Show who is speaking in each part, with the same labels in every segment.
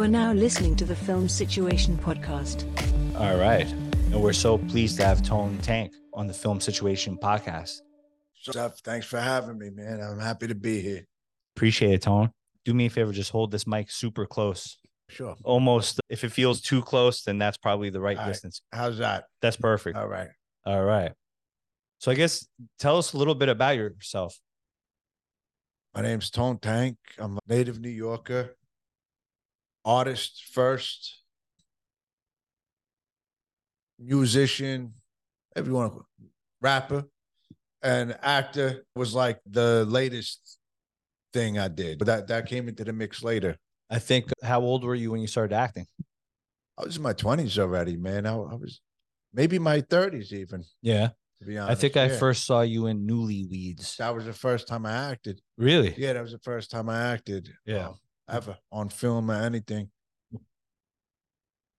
Speaker 1: are now listening to the Film Situation Podcast.
Speaker 2: All right. And we're so pleased to have Tone Tank on the Film Situation Podcast.
Speaker 3: Jeff, thanks for having me, man. I'm happy to be here.
Speaker 2: Appreciate it, Tone. Do me a favor, just hold this mic super close.
Speaker 3: Sure.
Speaker 2: Almost, if it feels too close, then that's probably the right
Speaker 3: All right.
Speaker 2: distance.
Speaker 3: How's that?
Speaker 2: That's perfect.
Speaker 3: All right.
Speaker 2: All right. So I guess tell us a little bit about yourself.
Speaker 3: My name's Tone Tank. I'm a native New Yorker, artist first, musician, everyone, rapper, and actor was like the latest thing I did. But that, that came into the mix later.
Speaker 2: I think how old were you when you started acting?
Speaker 3: I was in my 20s already, man. I, I was maybe my 30s even,
Speaker 2: Yeah.
Speaker 3: to be honest.
Speaker 2: I think I
Speaker 3: Uh, Yeah.
Speaker 2: first saw you in Newlyweds.
Speaker 3: That was the first time I acted.
Speaker 2: Really?
Speaker 3: Yeah, that was the first time I acted.
Speaker 2: Yeah.
Speaker 3: um, ever on film or anything.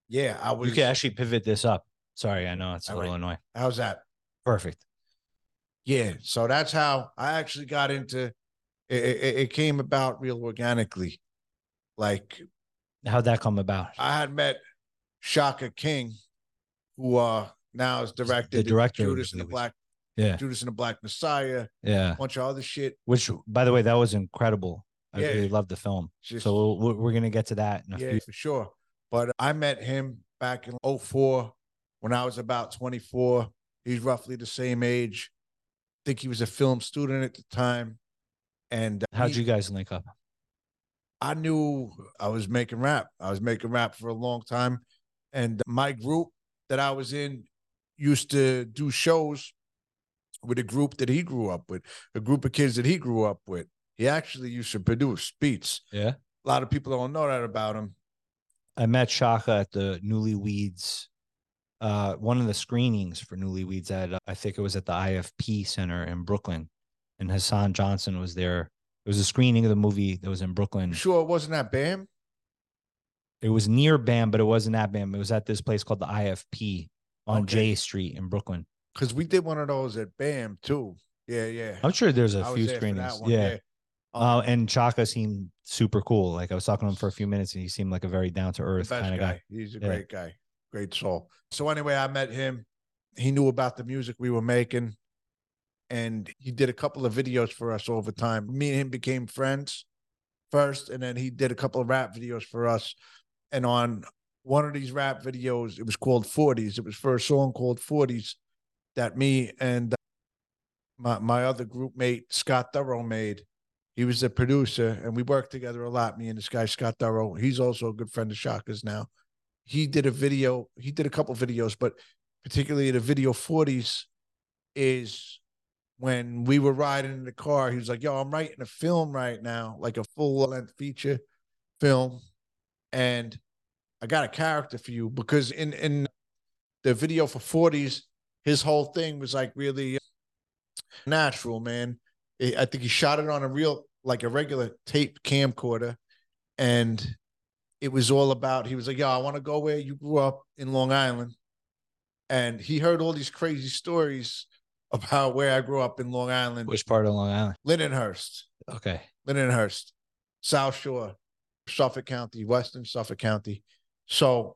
Speaker 3: Yeah, I was.
Speaker 2: You could actually pivot this up. Sorry, I know it's a
Speaker 3: All
Speaker 2: little annoying.
Speaker 3: how's that?
Speaker 2: Perfect.
Speaker 3: Yeah, so that's how I actually got into. It, it, it came about real organically. Like
Speaker 2: How'd that come about?
Speaker 3: I had met Shaka King, who uh now is directed
Speaker 2: director of
Speaker 3: Judas and the
Speaker 2: Newlyweds.
Speaker 3: Black
Speaker 2: Yeah.
Speaker 3: Judas and the Black Messiah,
Speaker 2: Yeah.
Speaker 3: a bunch of other shit.
Speaker 2: Which, by the way, that was incredible. I
Speaker 3: Yeah.
Speaker 2: really loved the film.
Speaker 3: Just,
Speaker 2: so we'll, we're- we're going to get to that in a
Speaker 3: yeah,
Speaker 2: few.
Speaker 3: for sure. But I met him back in 04 when I was about 24. He's roughly the same age. I think he was a film student at the time. And uh,
Speaker 2: How'd
Speaker 3: he-
Speaker 2: you guys link up?
Speaker 3: I knew I was making rap. I was making rap for a long time. And my group that I was in used to do shows with a group that he grew up with, a group of kids that he grew up with. He actually used to produce beats.
Speaker 2: Yeah.
Speaker 3: A lot of people don't know that about him.
Speaker 2: I met Shaka at the Newlyweds, uh, one of the screenings for Newlyweds at, uh, I think it was at the IFP Center in Brooklyn. And Hassan Johnson was there. It was a screening of the movie that was in Brooklyn.
Speaker 3: You sure it wasn't that Bam?
Speaker 2: It was near BAM, but it wasn't at BAM. It was at this place called the IFP on
Speaker 3: Okay.
Speaker 2: J Street in Brooklyn.
Speaker 3: because we did one of those at BAM too. Yeah, yeah.
Speaker 2: I'm sure there's a
Speaker 3: I was
Speaker 2: few
Speaker 3: there for that
Speaker 2: screenings.
Speaker 3: one,
Speaker 2: yeah.
Speaker 3: Um,
Speaker 2: Uh, and Chaka seemed super cool. Like I was talking to him for a few minutes, and he seemed like a very down to
Speaker 3: the
Speaker 2: earth
Speaker 3: best
Speaker 2: kind of guy.
Speaker 3: He's a
Speaker 2: Yeah.
Speaker 3: great guy, great soul. So anyway, I met him. He knew about the music we were making, and he did a couple of videos for us over time. Me and him became friends first, and then he did a couple of rap videos for us. And on one of these rap videos, it was called "40s." It was for a song called "40s" that me and uh, my my other group mate Scott Thurrow made. He was the producer, and we worked together a lot. Me and this guy Scott Thurrow. He's also a good friend of Shaka's now. He did a video. He did a couple videos, but particularly the video forties is when we were riding in the car. He was like, "Yo, I'm writing a film right now, like a full length feature film, and I got a character for you because in in the video for forties, his whole thing was like really uh, natural, man. I I think he shot it on a real, like a regular tape camcorder, and it was all about. He was like, "Yo, I want to go where you grew up in Long Island," and he heard all these crazy stories about where I grew up in Long Island,
Speaker 2: Which part of Long Island?
Speaker 3: Lindenhurst,
Speaker 2: Okay.
Speaker 3: Lindenhurst, South Shore, Suffolk County, Western Suffolk County. So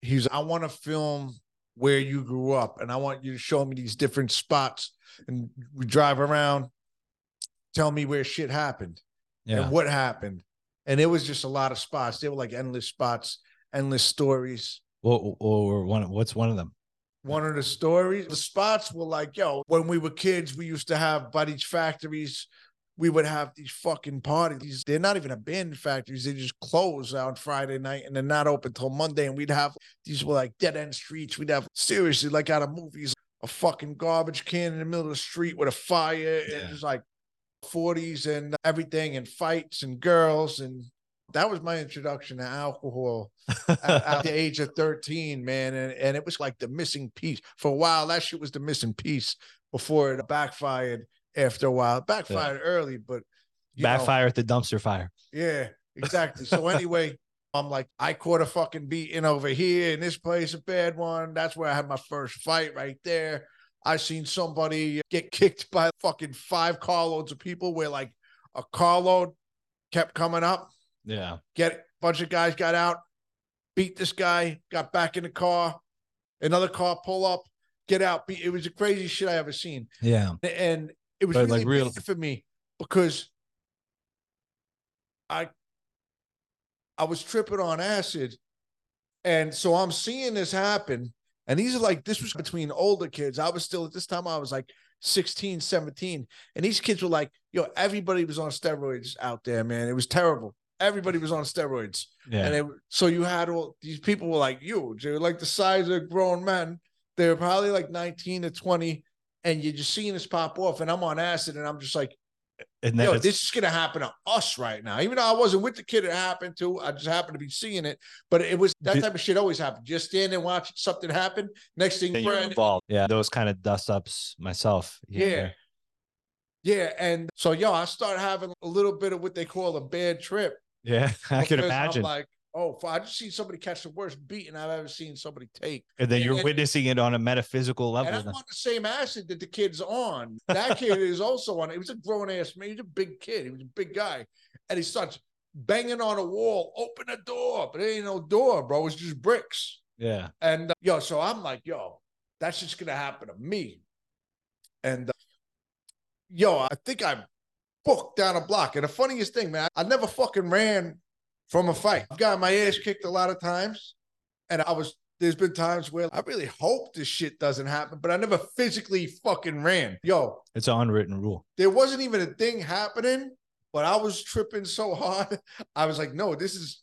Speaker 3: he's, I want to film where you grew up and I want you to show me these different spots. And we drive around, tell me where shit happened
Speaker 2: Yeah.
Speaker 3: and what happened. And it was just a lot of spots. They were like endless spots, endless stories.
Speaker 2: What, what, were one? What's one of them?
Speaker 3: One of the stories, the spots were like, yo, when we were kids, we used to have buddies factories we would have these fucking parties. These, they're not even abandoned factories. They just close on Friday night and they're not open till Monday. And we'd have these were like dead end streets. We'd have seriously like out of movies, a fucking garbage can in the middle of the street with a fire. And
Speaker 2: Yeah.
Speaker 3: it was like 40s and everything and fights and girls. And that was my introduction to alcohol at, at the age of 13, man. And, and it was like the missing piece. For a while, that shit was the missing piece before it backfired after a while. It backfired early, but you know,
Speaker 2: Backfire at the dumpster fire.
Speaker 3: yeah, exactly. So anyway, I'm like, I caught a fucking beating over here, and this place a bad one. That's where I had my first fight right there. I seen somebody get kicked by fucking five carloads of people where like a carload kept coming up,
Speaker 2: Yeah.
Speaker 3: get bunch of guys got out, beat this guy, got back in the car, another car pull up, get out. Be- It was the craziest shit I ever seen.
Speaker 2: Yeah.
Speaker 3: and it was
Speaker 2: But,
Speaker 3: really
Speaker 2: like, real-
Speaker 3: big for me because I I was tripping on acid, and so I'm seeing this happen. And these are like this was between older kids. I was still at this time I was like 16, 17, and these kids were like, yo, everybody was on steroids out there, man. It was terrible. Everybody was on steroids.
Speaker 2: Yeah.
Speaker 3: And it, so you had all these people were like huge. They were like the size of grown men. They were probably like 19 to 20. And you're just seeing this pop off. And I'm on acid and I'm just like,
Speaker 2: And
Speaker 3: yo,
Speaker 2: that it's
Speaker 3: this is going to happen to us right now. Even though I wasn't with the kid it happened to, I just happened to be seeing it. But it was that
Speaker 2: Did-
Speaker 3: type of shit always happened. Just stand and watch something happen. Next thing
Speaker 2: then
Speaker 3: you're
Speaker 2: you're
Speaker 3: in-
Speaker 2: involved. Yeah. Those kind of dust ups myself. here and
Speaker 3: Yeah.
Speaker 2: there.
Speaker 3: Yeah. And so, yo, I start having a little bit of what they call a bad trip.
Speaker 2: Yeah. I could
Speaker 3: because
Speaker 2: imagine.
Speaker 3: I'm like, oh, fu- I just seen somebody catch the worst beating I've ever seen somebody take.
Speaker 2: and then you're
Speaker 3: and-
Speaker 2: witnessing it on a metaphysical level.
Speaker 3: And I'm
Speaker 2: then.
Speaker 3: on the same acid that the kid's on. That kid is also on. He was a grown ass man. He was a big kid. He was a big guy. And he starts banging on a wall, open the door. But there ain't no door, bro. It's just bricks.
Speaker 2: yeah.
Speaker 3: And uh, yo, so I'm like, yo, that's just going to happen to me. And uh, yo, I think I booked down a block. And the funniest thing, man, I never fucking ran from a fight. I've got my ass kicked a lot of times. And I was, there's been times where I really hope this shit doesn't happen, but I never physically fucking ran. Yo,
Speaker 2: It's an unwritten rule.
Speaker 3: there wasn't even a thing happening, but I was tripping so hard. I was like, no, this is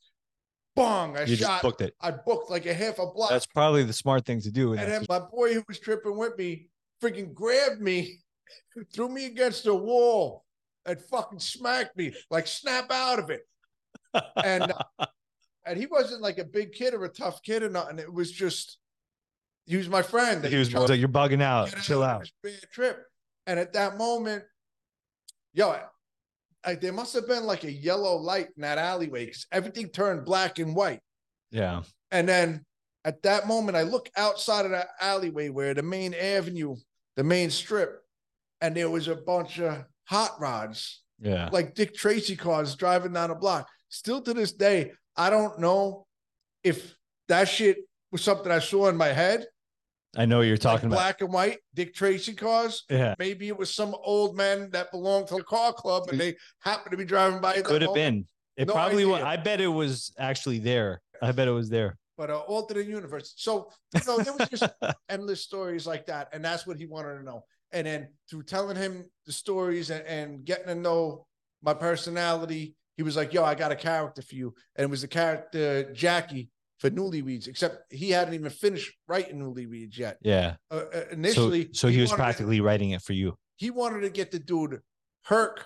Speaker 3: bong. I
Speaker 2: You just
Speaker 3: shot.
Speaker 2: booked it.
Speaker 3: I booked like a half a block.
Speaker 2: That's probably the smart thing to do. in
Speaker 3: And
Speaker 2: that
Speaker 3: then my boy who was tripping with me freaking grabbed me, threw me against the wall, and fucking smacked me like snap out of it. And uh, and he wasn't like a big kid or a tough kid or nothing. It was just he was my friend.
Speaker 2: He was, was like, "You're bugging out.
Speaker 3: Get
Speaker 2: Chill
Speaker 3: out of
Speaker 2: out."
Speaker 3: this Bad trip. And at that moment, yo, I, I- there must have been like a yellow light in that alleyway because everything turned black and white.
Speaker 2: Yeah,
Speaker 3: And then at that moment, I look outside of the alleyway where the main avenue, the main strip, and there was a bunch of hot rods,
Speaker 2: yeah.
Speaker 3: like Dick Tracy cars driving down a block. Still to this day, I don't know if that shit was something I saw in my head.
Speaker 2: I know what you're
Speaker 3: like
Speaker 2: talking about.
Speaker 3: black and white Dick Tracy cars.
Speaker 2: Yeah,
Speaker 3: Maybe it was some old men that belonged to the car club and they happened to be driving by. at that
Speaker 2: could have
Speaker 3: moment.
Speaker 2: been. It
Speaker 3: No
Speaker 2: probably was.
Speaker 3: idea.
Speaker 2: I bet it was actually there. I bet it was there.
Speaker 3: but uh, alternate universe. So you know, there was just endless stories like that, and that's what he wanted to know. And then through telling him the stories and, and getting to know my personality, he was like, "Yo, I got a character for you," and it was the character Jackie for Newlyweds. Except he hadn't even finished writing Newlyweds yet.
Speaker 2: Yeah.
Speaker 3: Uh, uh,
Speaker 2: So,
Speaker 3: initially,
Speaker 2: so he was
Speaker 3: wanted to-
Speaker 2: practically writing it for you.
Speaker 3: he wanted to get the dude Herc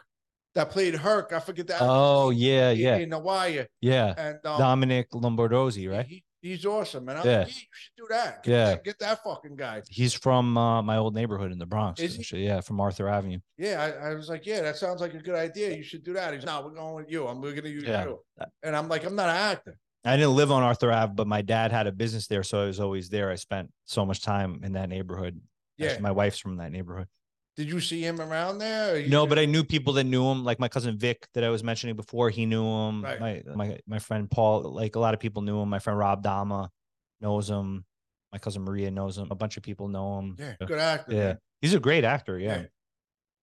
Speaker 3: that played Herc. I forget that.
Speaker 2: Oh yeah, yeah,
Speaker 3: In The Wire,
Speaker 2: yeah.
Speaker 3: and um,
Speaker 2: Dominic Lombardozzi, right?
Speaker 3: he, he's awesome, and I'm
Speaker 2: Yeah.
Speaker 3: like, yeah, you should do that. Get
Speaker 2: Yeah.
Speaker 3: that, get that fucking guy.
Speaker 2: He's from uh, my old neighborhood in the Bronx.
Speaker 3: Is he?
Speaker 2: actually. Yeah, from Arthur Avenue.
Speaker 3: Yeah, I, I was like, yeah, that sounds like a good idea. You should do that. He's no, we're going with you. I'm looking at you.
Speaker 2: Yeah.
Speaker 3: you. And I'm like, I'm not an actor.
Speaker 2: I didn't live on Arthur Ave, but my dad had a business there, so I was always there. I spent so much time in that neighborhood.
Speaker 3: Yeah.
Speaker 2: Actually, my wife's from that neighborhood.
Speaker 3: Did you see him around there? or you
Speaker 2: No,
Speaker 3: just-
Speaker 2: but I knew people that knew him, like my cousin Vic that I was mentioning before. He knew him.
Speaker 3: Right.
Speaker 2: My my my friend Paul, like a lot of people knew him. My friend Rob Dama knows him. My cousin Maria knows him. A bunch of people know him.
Speaker 3: yeah, good actor.
Speaker 2: Yeah.
Speaker 3: man.
Speaker 2: He's a great actor. Yeah.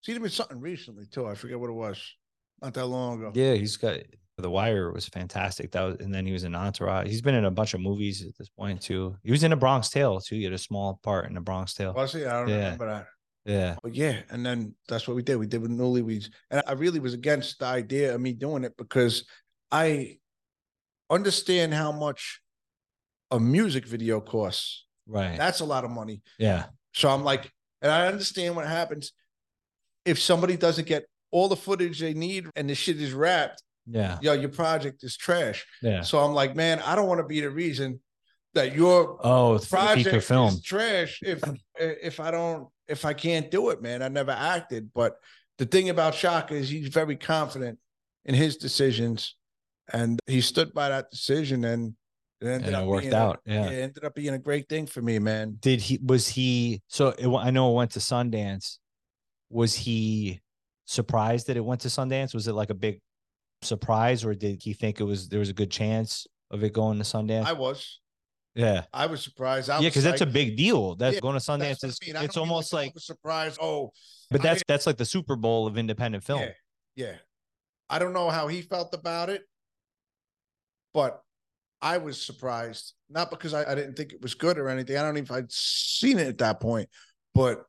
Speaker 3: Seen him in something recently too. I forget what it was. Not that long ago.
Speaker 2: Yeah, he's got The Wire was fantastic. That was and then he was in Entourage. He's been in a bunch of movies at this point too. He was in a Bronx Tale too. He had a small part in the Bronx Tale.
Speaker 3: Was he? I don't
Speaker 2: Yeah.
Speaker 3: remember that.
Speaker 2: Yeah.
Speaker 3: But yeah, and then that's what we did. We did with Newlyweds, and I really was against the idea of me doing it because I understand how much a music video costs.
Speaker 2: Right.
Speaker 3: That's a lot of money.
Speaker 2: yeah.
Speaker 3: So I'm like, and I understand what happens if somebody doesn't get all the footage they need and the shit is wrapped.
Speaker 2: Yeah.
Speaker 3: Yo, your project is trash.
Speaker 2: Yeah.
Speaker 3: So I'm like, man, I don't want to be the reason that your
Speaker 2: Oh, it's a
Speaker 3: project
Speaker 2: feature film.
Speaker 3: is trash if if I don't if I can't do it, man. I never acted, but the thing about Shaka is he's very confident in his decisions, and he stood by that decision, and it ended
Speaker 2: And
Speaker 3: up
Speaker 2: it worked
Speaker 3: being a-
Speaker 2: out.
Speaker 3: yeah,
Speaker 2: Yeah.
Speaker 3: it ended up being a great thing for me, man.
Speaker 2: did he was he so it, wa- i know it went to sundance was he surprised that it went to sundance was it like a big surprised, or did he think it was there was a good chance of it going to Sundance?
Speaker 3: I was.
Speaker 2: yeah,
Speaker 3: I was surprised. I
Speaker 2: yeah,
Speaker 3: was
Speaker 2: because that's a
Speaker 3: psyched.
Speaker 2: big deal. That
Speaker 3: Yeah,
Speaker 2: going to Sundance
Speaker 3: That's what I
Speaker 2: is
Speaker 3: mean. I
Speaker 2: it's
Speaker 3: don't mean
Speaker 2: almost
Speaker 3: I
Speaker 2: like,
Speaker 3: was surprised. Oh,
Speaker 2: but
Speaker 3: I
Speaker 2: that's that's like the Super Bowl of independent film.
Speaker 3: Yeah. yeah. I don't know how he felt about it, but I was surprised. Not because I, I didn't think it was good or anything. I don't even if I'd seen it at that point, but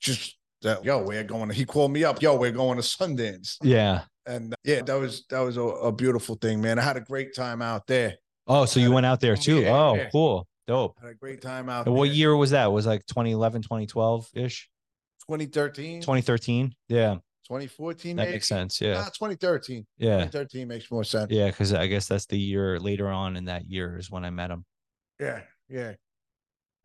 Speaker 3: just that yo, we're going. to- He called me up. Yo, we're going to Sundance,
Speaker 2: Yeah.
Speaker 3: and uh, yeah, that was that was a, a beautiful thing, man. I had a great time out there.
Speaker 2: Oh, so you
Speaker 3: Yeah.
Speaker 2: went out there too?
Speaker 3: Yeah,
Speaker 2: oh,
Speaker 3: yeah.
Speaker 2: cool, dope.
Speaker 3: Had a great time out.
Speaker 2: And what
Speaker 3: there.
Speaker 2: year was that? Was like 2011, 2012 ish,
Speaker 3: 2013,
Speaker 2: 2013. Yeah,
Speaker 3: 2014.
Speaker 2: that
Speaker 3: maybe? Uh,
Speaker 2: makes sense.
Speaker 3: Nah,
Speaker 2: Yeah,
Speaker 3: 2013.
Speaker 2: yeah,
Speaker 3: 2013 makes more sense.
Speaker 2: yeah. Because I guess that's the year later on in that year is when I met him,
Speaker 3: Yeah, yeah.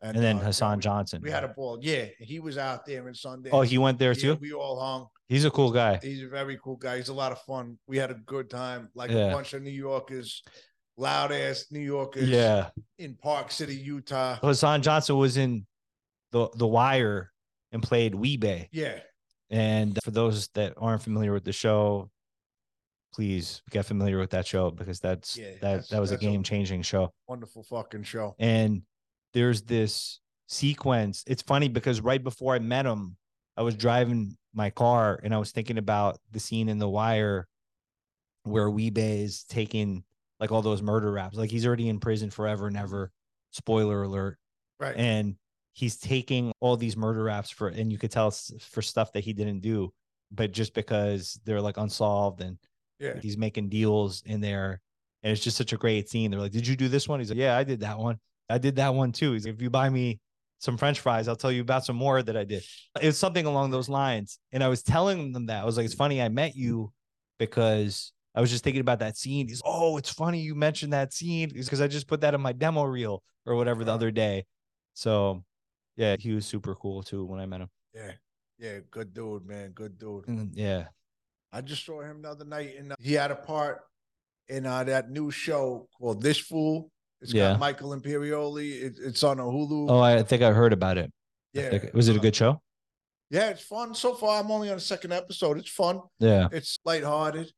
Speaker 2: and then
Speaker 3: uh, yeah,
Speaker 2: Hassan
Speaker 3: we-
Speaker 2: Johnson.
Speaker 3: We had a ball. Yeah, he was out there in Sunday.
Speaker 2: oh, he went there too.
Speaker 3: We all hung.
Speaker 2: He's a cool guy.
Speaker 3: He's a very cool guy. He's a lot of fun. We had a good time, like
Speaker 2: Yeah.
Speaker 3: a bunch of New Yorkers, loud ass New Yorkers.
Speaker 2: Yeah, Oh.
Speaker 3: in Park City, Utah.
Speaker 2: Hassan Johnson was in the the Wire and played Weebay.
Speaker 3: Yeah,
Speaker 2: And for those that aren't familiar with the show, please get familiar with that show because that's
Speaker 3: Yeah,
Speaker 2: that
Speaker 3: that's-
Speaker 2: that was a
Speaker 3: that's a-
Speaker 2: game changing show.
Speaker 3: wonderful fucking show.
Speaker 2: and there's this sequence. It's funny because right before I met him, I was driving my car and I was thinking about the scene in The Wire where Weebay is taking like all those murder raps. Like he's already in prison forever and ever. Spoiler alert.
Speaker 3: Right.
Speaker 2: And he's taking all these murder raps for, and you could tell it's for stuff that he didn't do, but just because they're like unsolved and
Speaker 3: yeah.
Speaker 2: he's making deals in there and it's just such a great scene they're like did you do this one he's like yeah i did that one i did that one too he's like if you buy me some french fries i'll tell you about some more that i did it's something along those lines and i was telling them that i was like it's funny i met you because i was just thinking about that scene he's oh it's funny you mentioned that scene because i just put that in my demo reel or whatever the
Speaker 3: Uh-huh.
Speaker 2: other day so yeah he was super cool too when i met him
Speaker 3: Yeah. Yeah. Good dude, man. Good dude.
Speaker 2: And yeah
Speaker 3: I just saw him the other night, and uh, he had a part in uh, that new show called This Fool. It's
Speaker 2: Yeah.
Speaker 3: got Michael Imperioli. It, it's on a Hulu.
Speaker 2: oh i think i heard about it I
Speaker 3: yeah.
Speaker 2: think- was it a
Speaker 3: uh,
Speaker 2: good show
Speaker 3: Yeah, it's fun so far. I'm only on the second episode. It's fun.
Speaker 2: yeah
Speaker 3: It's lighthearted.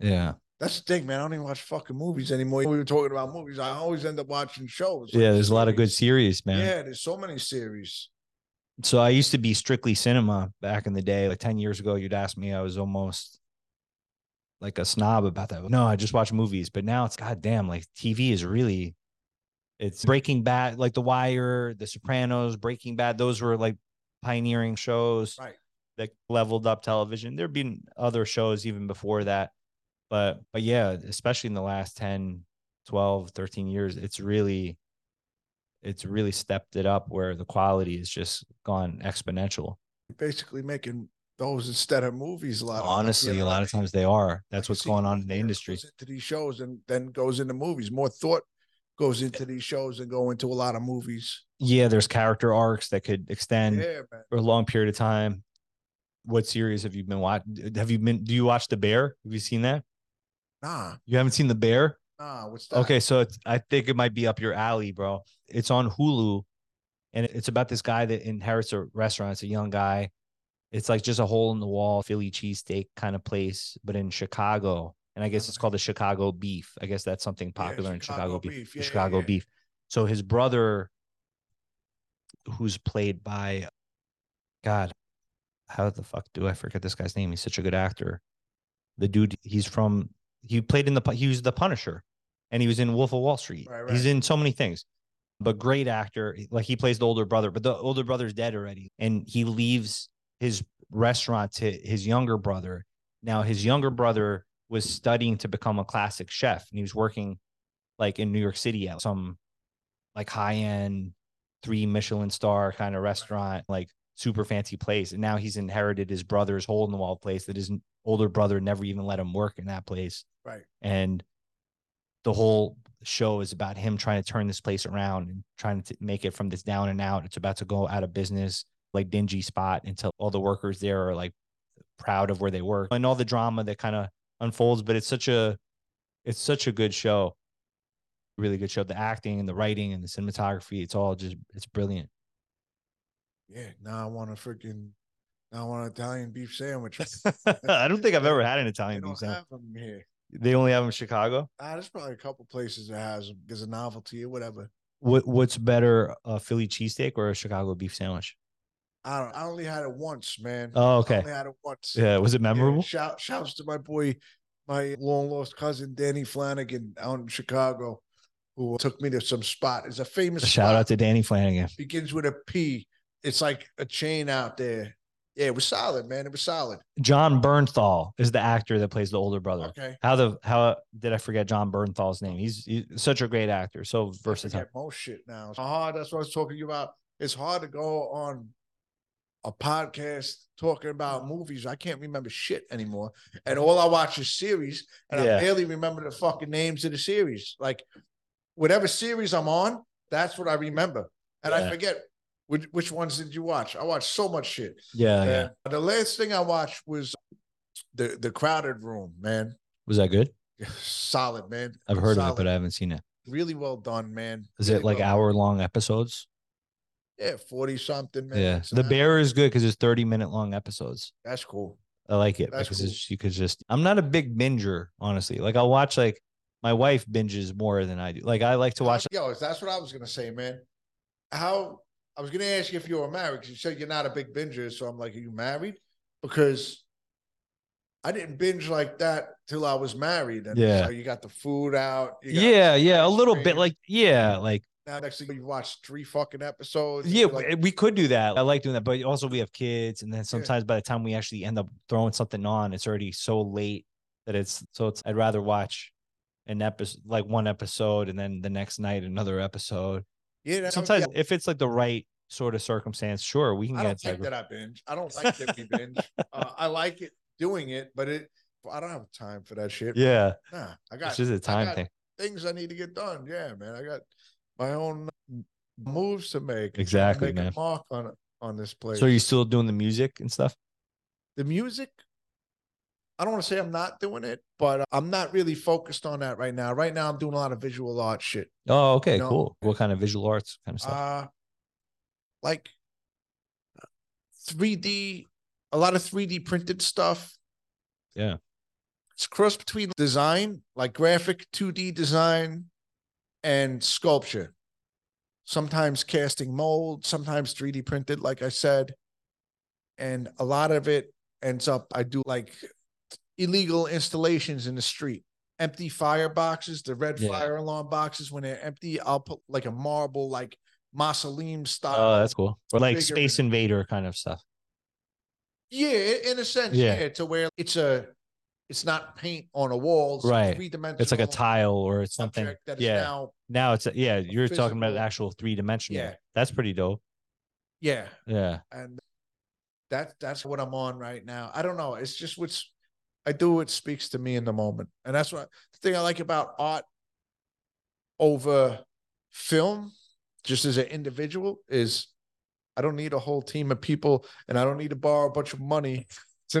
Speaker 2: yeah
Speaker 3: That's the thing, man. I don't even watch fucking movies anymore. We were talking about movies. I always end up watching shows. like
Speaker 2: Yeah, there's a lot of good
Speaker 3: series.
Speaker 2: series, man.
Speaker 3: Yeah, there's so many series.
Speaker 2: So I used to be strictly cinema back in the day. Like 10 years ago, you'd ask me, I was almost like a snob about that. No, I just watch movies. But now it's goddamn, like TV is really, it's Breaking Bad, like The Wire, The Sopranos, Breaking Bad. Those were like pioneering shows
Speaker 3: Right.
Speaker 2: that leveled up television. There'd been other shows even before that. But, but yeah, especially in the last 10, 12, 13 years, it's really, it's really stepped it up where the quality has just gone exponential.
Speaker 3: Basically, making those instead of movies a lot. of-
Speaker 2: Honestly,
Speaker 3: you
Speaker 2: a
Speaker 3: know,
Speaker 2: lot of times they are. That's
Speaker 3: you
Speaker 2: what's
Speaker 3: see
Speaker 2: going on in the
Speaker 3: more
Speaker 2: industry.
Speaker 3: goes Into these shows and then goes into movies. More thought goes into these shows and go into a lot of movies.
Speaker 2: Yeah, there's character arcs that could extend
Speaker 3: yeah, man.
Speaker 2: for a long period of time. What series have you been watching? Have you been? Do you watch The Bear? Have you seen that?
Speaker 3: Nah,
Speaker 2: You haven't seen The Bear?
Speaker 3: nah. What's that?
Speaker 2: Okay, so it's, I think it might be up your alley, bro. It's on Hulu, and it's about this guy that inherits a restaurant. It's a young guy. It's like just a hole in the wall Philly cheesesteak kind of place, but in Chicago. And I guess it's called the Chicago beef. I guess that's something
Speaker 3: Yeah,
Speaker 2: popular in Chicago beef.
Speaker 3: Yeah, yeah,
Speaker 2: Chicago
Speaker 3: yeah.
Speaker 2: beef. So his brother, who's played by, God, how the fuck do I forget this guy's name? He's such a good actor. The dude, he's from. He played in the. Pu- He was the Punisher, and he was in Wolf of Wall Street.
Speaker 3: Right,
Speaker 2: He's
Speaker 3: right.
Speaker 2: in so many things, but great actor. Like he plays the older brother, but the older brother's dead already, and he leaves his restaurant to his younger brother. Now his younger brother was studying to become a classic chef, and he was working like in New York City at some like high end three Michelin star kind of restaurant, like super fancy place. And now he's inherited his brother's hole in the wall place that his n- older brother never even let him work in that place.
Speaker 3: Right.
Speaker 2: And the whole show is about him trying to turn this place around and trying to make it from this down and out. It's about to go out of business, like dingy spot until all the workers there are like proud of where they work and all the drama that kind of unfolds. But it's such a, it's such a good show really good show. The acting and the writing and the cinematography, it's all just it's brilliant.
Speaker 3: Yeah, now I want to freaking I want an Italian beef sandwich.
Speaker 2: I don't think I've ever had an
Speaker 3: They
Speaker 2: Italian
Speaker 3: don't
Speaker 2: beef sandwich.
Speaker 3: have them here.
Speaker 2: They only have them in Chicago.
Speaker 3: Ah, there's probably a couple places that has them because a novelty or whatever.
Speaker 2: What What's better, a Philly cheesesteak or a Chicago beef sandwich?
Speaker 3: I don't. I only had it once, man.
Speaker 2: Oh,
Speaker 3: I
Speaker 2: okay.
Speaker 3: only had it once.
Speaker 2: Yeah, was it
Speaker 3: Yeah,
Speaker 2: memorable?
Speaker 3: shout shouts to my boy, my long lost cousin Danny Flanagan out in Chicago, who took me to some spot. It's a famous
Speaker 2: Shout
Speaker 3: spot.
Speaker 2: out to Danny Flanagan.
Speaker 3: Begins with a P. It's like a chain out there. Yeah, it was solid, man. It was solid.
Speaker 2: John Bernthal is the actor that plays the older brother.
Speaker 3: Okay.
Speaker 2: How the how did I forget John Bernthal's name? He's, he's such a great actor, so versatile.
Speaker 3: Yeah, most shit now. It's hard. That's what I was talking about. It's hard to go on a podcast talking about movies. I can't remember shit anymore. And all I watch is series, and
Speaker 2: Yeah.
Speaker 3: I barely remember the fucking names of the series. Like whatever series I'm on, that's what I remember. And
Speaker 2: Yeah.
Speaker 3: I forget which, which ones did you watch. I watched so much shit.
Speaker 2: Yeah, Oh, yeah.
Speaker 3: man. The last thing I watched was the the crowded room, man.
Speaker 2: Was that good?
Speaker 3: Solid, man.
Speaker 2: I've heard
Speaker 3: Solid.
Speaker 2: of it, but I haven't seen it.
Speaker 3: really well done, man.
Speaker 2: Is
Speaker 3: Really
Speaker 2: it like
Speaker 3: well done.
Speaker 2: hour long episodes?
Speaker 3: Yeah, 40 something, man.
Speaker 2: yeah.
Speaker 3: It's
Speaker 2: The
Speaker 3: not-
Speaker 2: Bear is good because it's thirty minute long episodes.
Speaker 3: That's cool.
Speaker 2: I like it
Speaker 3: That's
Speaker 2: because
Speaker 3: cool.
Speaker 2: it's, you could just. I'm not a big binger, honestly. Like I'll watch like my wife binges more than I do. Like I like to watch.
Speaker 3: Yo, that's what I was going to say, man. How I was going to ask you if you were married because you said you're not a big binger. So I'm like, are you married? Because I didn't binge like that till I was married. And
Speaker 2: Yeah.
Speaker 3: so you got the food out. you got-
Speaker 2: Yeah, yeah, a
Speaker 3: ice
Speaker 2: little bit.
Speaker 3: cream.
Speaker 2: Like yeah, like
Speaker 3: Now, next thing you watch three fucking episodes. and
Speaker 2: yeah, eh,
Speaker 3: you're like,
Speaker 2: we could do that. I like doing that, but also we have kids, and then sometimes by the time we actually end up throwing something on, it's already so late that it's so it's. I'd rather watch an episode, like one episode, and then the next night another episode.
Speaker 3: yeah, that-
Speaker 2: sometimes
Speaker 3: yeah,
Speaker 2: if it's like the right sort of circumstance, sure, we can
Speaker 3: I
Speaker 2: get
Speaker 3: don't like
Speaker 2: that.
Speaker 3: that I binge. I don't like that we binge. Uh, I like it doing it, but it, I don't have time for that shit.
Speaker 2: Yeah,
Speaker 3: Nah, I got
Speaker 2: it's just a time
Speaker 3: got-
Speaker 2: thing.
Speaker 3: things I need to get done. Yeah, man, I got my own moves to make. and
Speaker 2: Exactly,
Speaker 3: make
Speaker 2: man.
Speaker 3: A mark on on this place.
Speaker 2: So are you still doing the music and stuff?
Speaker 3: the music. I don't want to say I'm not doing it, but I'm not really focused on that right now. Right now, I'm doing a lot of visual art shit.
Speaker 2: Oh, okay,
Speaker 3: No.
Speaker 2: cool. What kind of visual arts kind of stuff?
Speaker 3: Uh, like 3D, a lot of 3D printed stuff.
Speaker 2: Yeah.
Speaker 3: It's a cross between design, like graphic 2D design, and sculpture. Sometimes casting mold, sometimes 3D printed, like I said. And a lot of it ends up, I do like illegal installations in the street. Empty fire boxes, the red
Speaker 2: Yeah.
Speaker 3: fire alarm boxes, when they're empty, I'll put like a marble, like mausoleum style.
Speaker 2: oh, that's cool. Or like
Speaker 3: figure
Speaker 2: Space
Speaker 3: it.
Speaker 2: Invader kind of stuff.
Speaker 3: Yeah, i- in a sense,
Speaker 2: Yeah.
Speaker 3: yeah. to where it's a, it's not paint on a wall,
Speaker 2: Right.
Speaker 3: Three dimensional.
Speaker 2: It's like a tile or it's something.
Speaker 3: object that is
Speaker 2: yeah.
Speaker 3: now,
Speaker 2: Now it's yeah, you're talking about
Speaker 3: physical-
Speaker 2: actual three dimensional.
Speaker 3: Yeah.
Speaker 2: That's pretty dope.
Speaker 3: yeah,
Speaker 2: Yeah.
Speaker 3: and that that's what I'm on right now. I don't know. It's just what's I do. What speaks to me in the moment, and that's what the thing I like about art over film, just as an individual, is I don't need a whole team of people, and I don't need to borrow a bunch of money to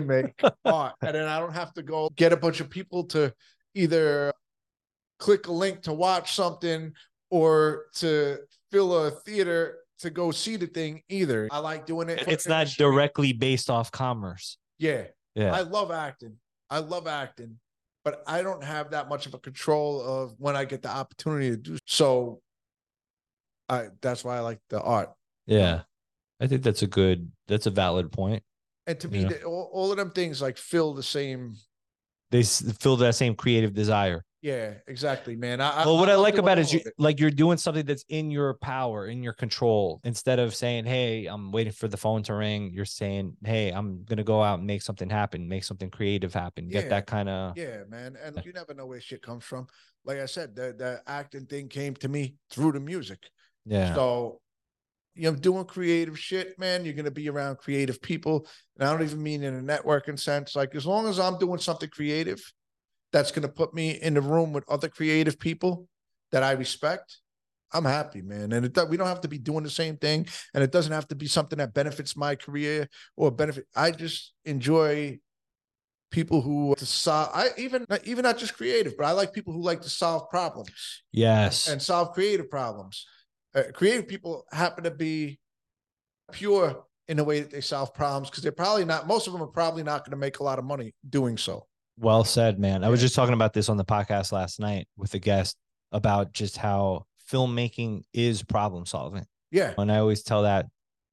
Speaker 3: make art, and then I don't have to go get a bunch of people to either click a link to watch something or to fill a theater to go see the thing either. I like doing it.
Speaker 2: It's not directly based off commerce.
Speaker 3: Yeah.
Speaker 2: Yeah.
Speaker 3: I love acting. I love acting, but I don't have that much of a control of when I get the opportunity to do so. I that's why I like the art.
Speaker 2: yeah. I think that's a good that's a valid point.
Speaker 3: And to me,
Speaker 2: Yeah.
Speaker 3: the, all, all of them things like feel the same.
Speaker 2: They s- feel that same creative desire.
Speaker 3: Yeah, exactly, man. I,
Speaker 2: well, what I,
Speaker 3: love
Speaker 2: like
Speaker 3: doing
Speaker 2: about it is
Speaker 3: all
Speaker 2: you
Speaker 3: of
Speaker 2: like you're doing something that's in your power, in your control. Instead of saying, "Hey, I'm waiting for the phone to ring," you're saying, "Hey, I'm gonna go out and make something happen, make something creative happen,
Speaker 3: Yeah.
Speaker 2: get that kind of
Speaker 3: Yeah, man. And you never know where shit comes from. Like I said, the, the acting thing came to me through the music.
Speaker 2: yeah,
Speaker 3: So you're doing creative shit, man. You're gonna be around creative people. And I don't even mean in a networking sense. Like as long as I'm doing something creative that's gonna put me in the room with other creative people that I respect. I'm happy, man, and it, do- we don't have to be doing the same thing, and it doesn't have to be something that benefits my career or benefit. I just enjoy people who to solve. I even not, even not just creative, but I like people who like to solve problems
Speaker 2: yes,
Speaker 3: and solve creative problems. Uh, creative people happen to be pure in a way that they solve problems because they're probably not most of them are probably not going to make a lot of money doing so
Speaker 2: Well said, man. I was
Speaker 3: Yeah.
Speaker 2: just talking about this on the podcast last night with a guest about just how filmmaking is problem solving.
Speaker 3: yeah
Speaker 2: And I always tell that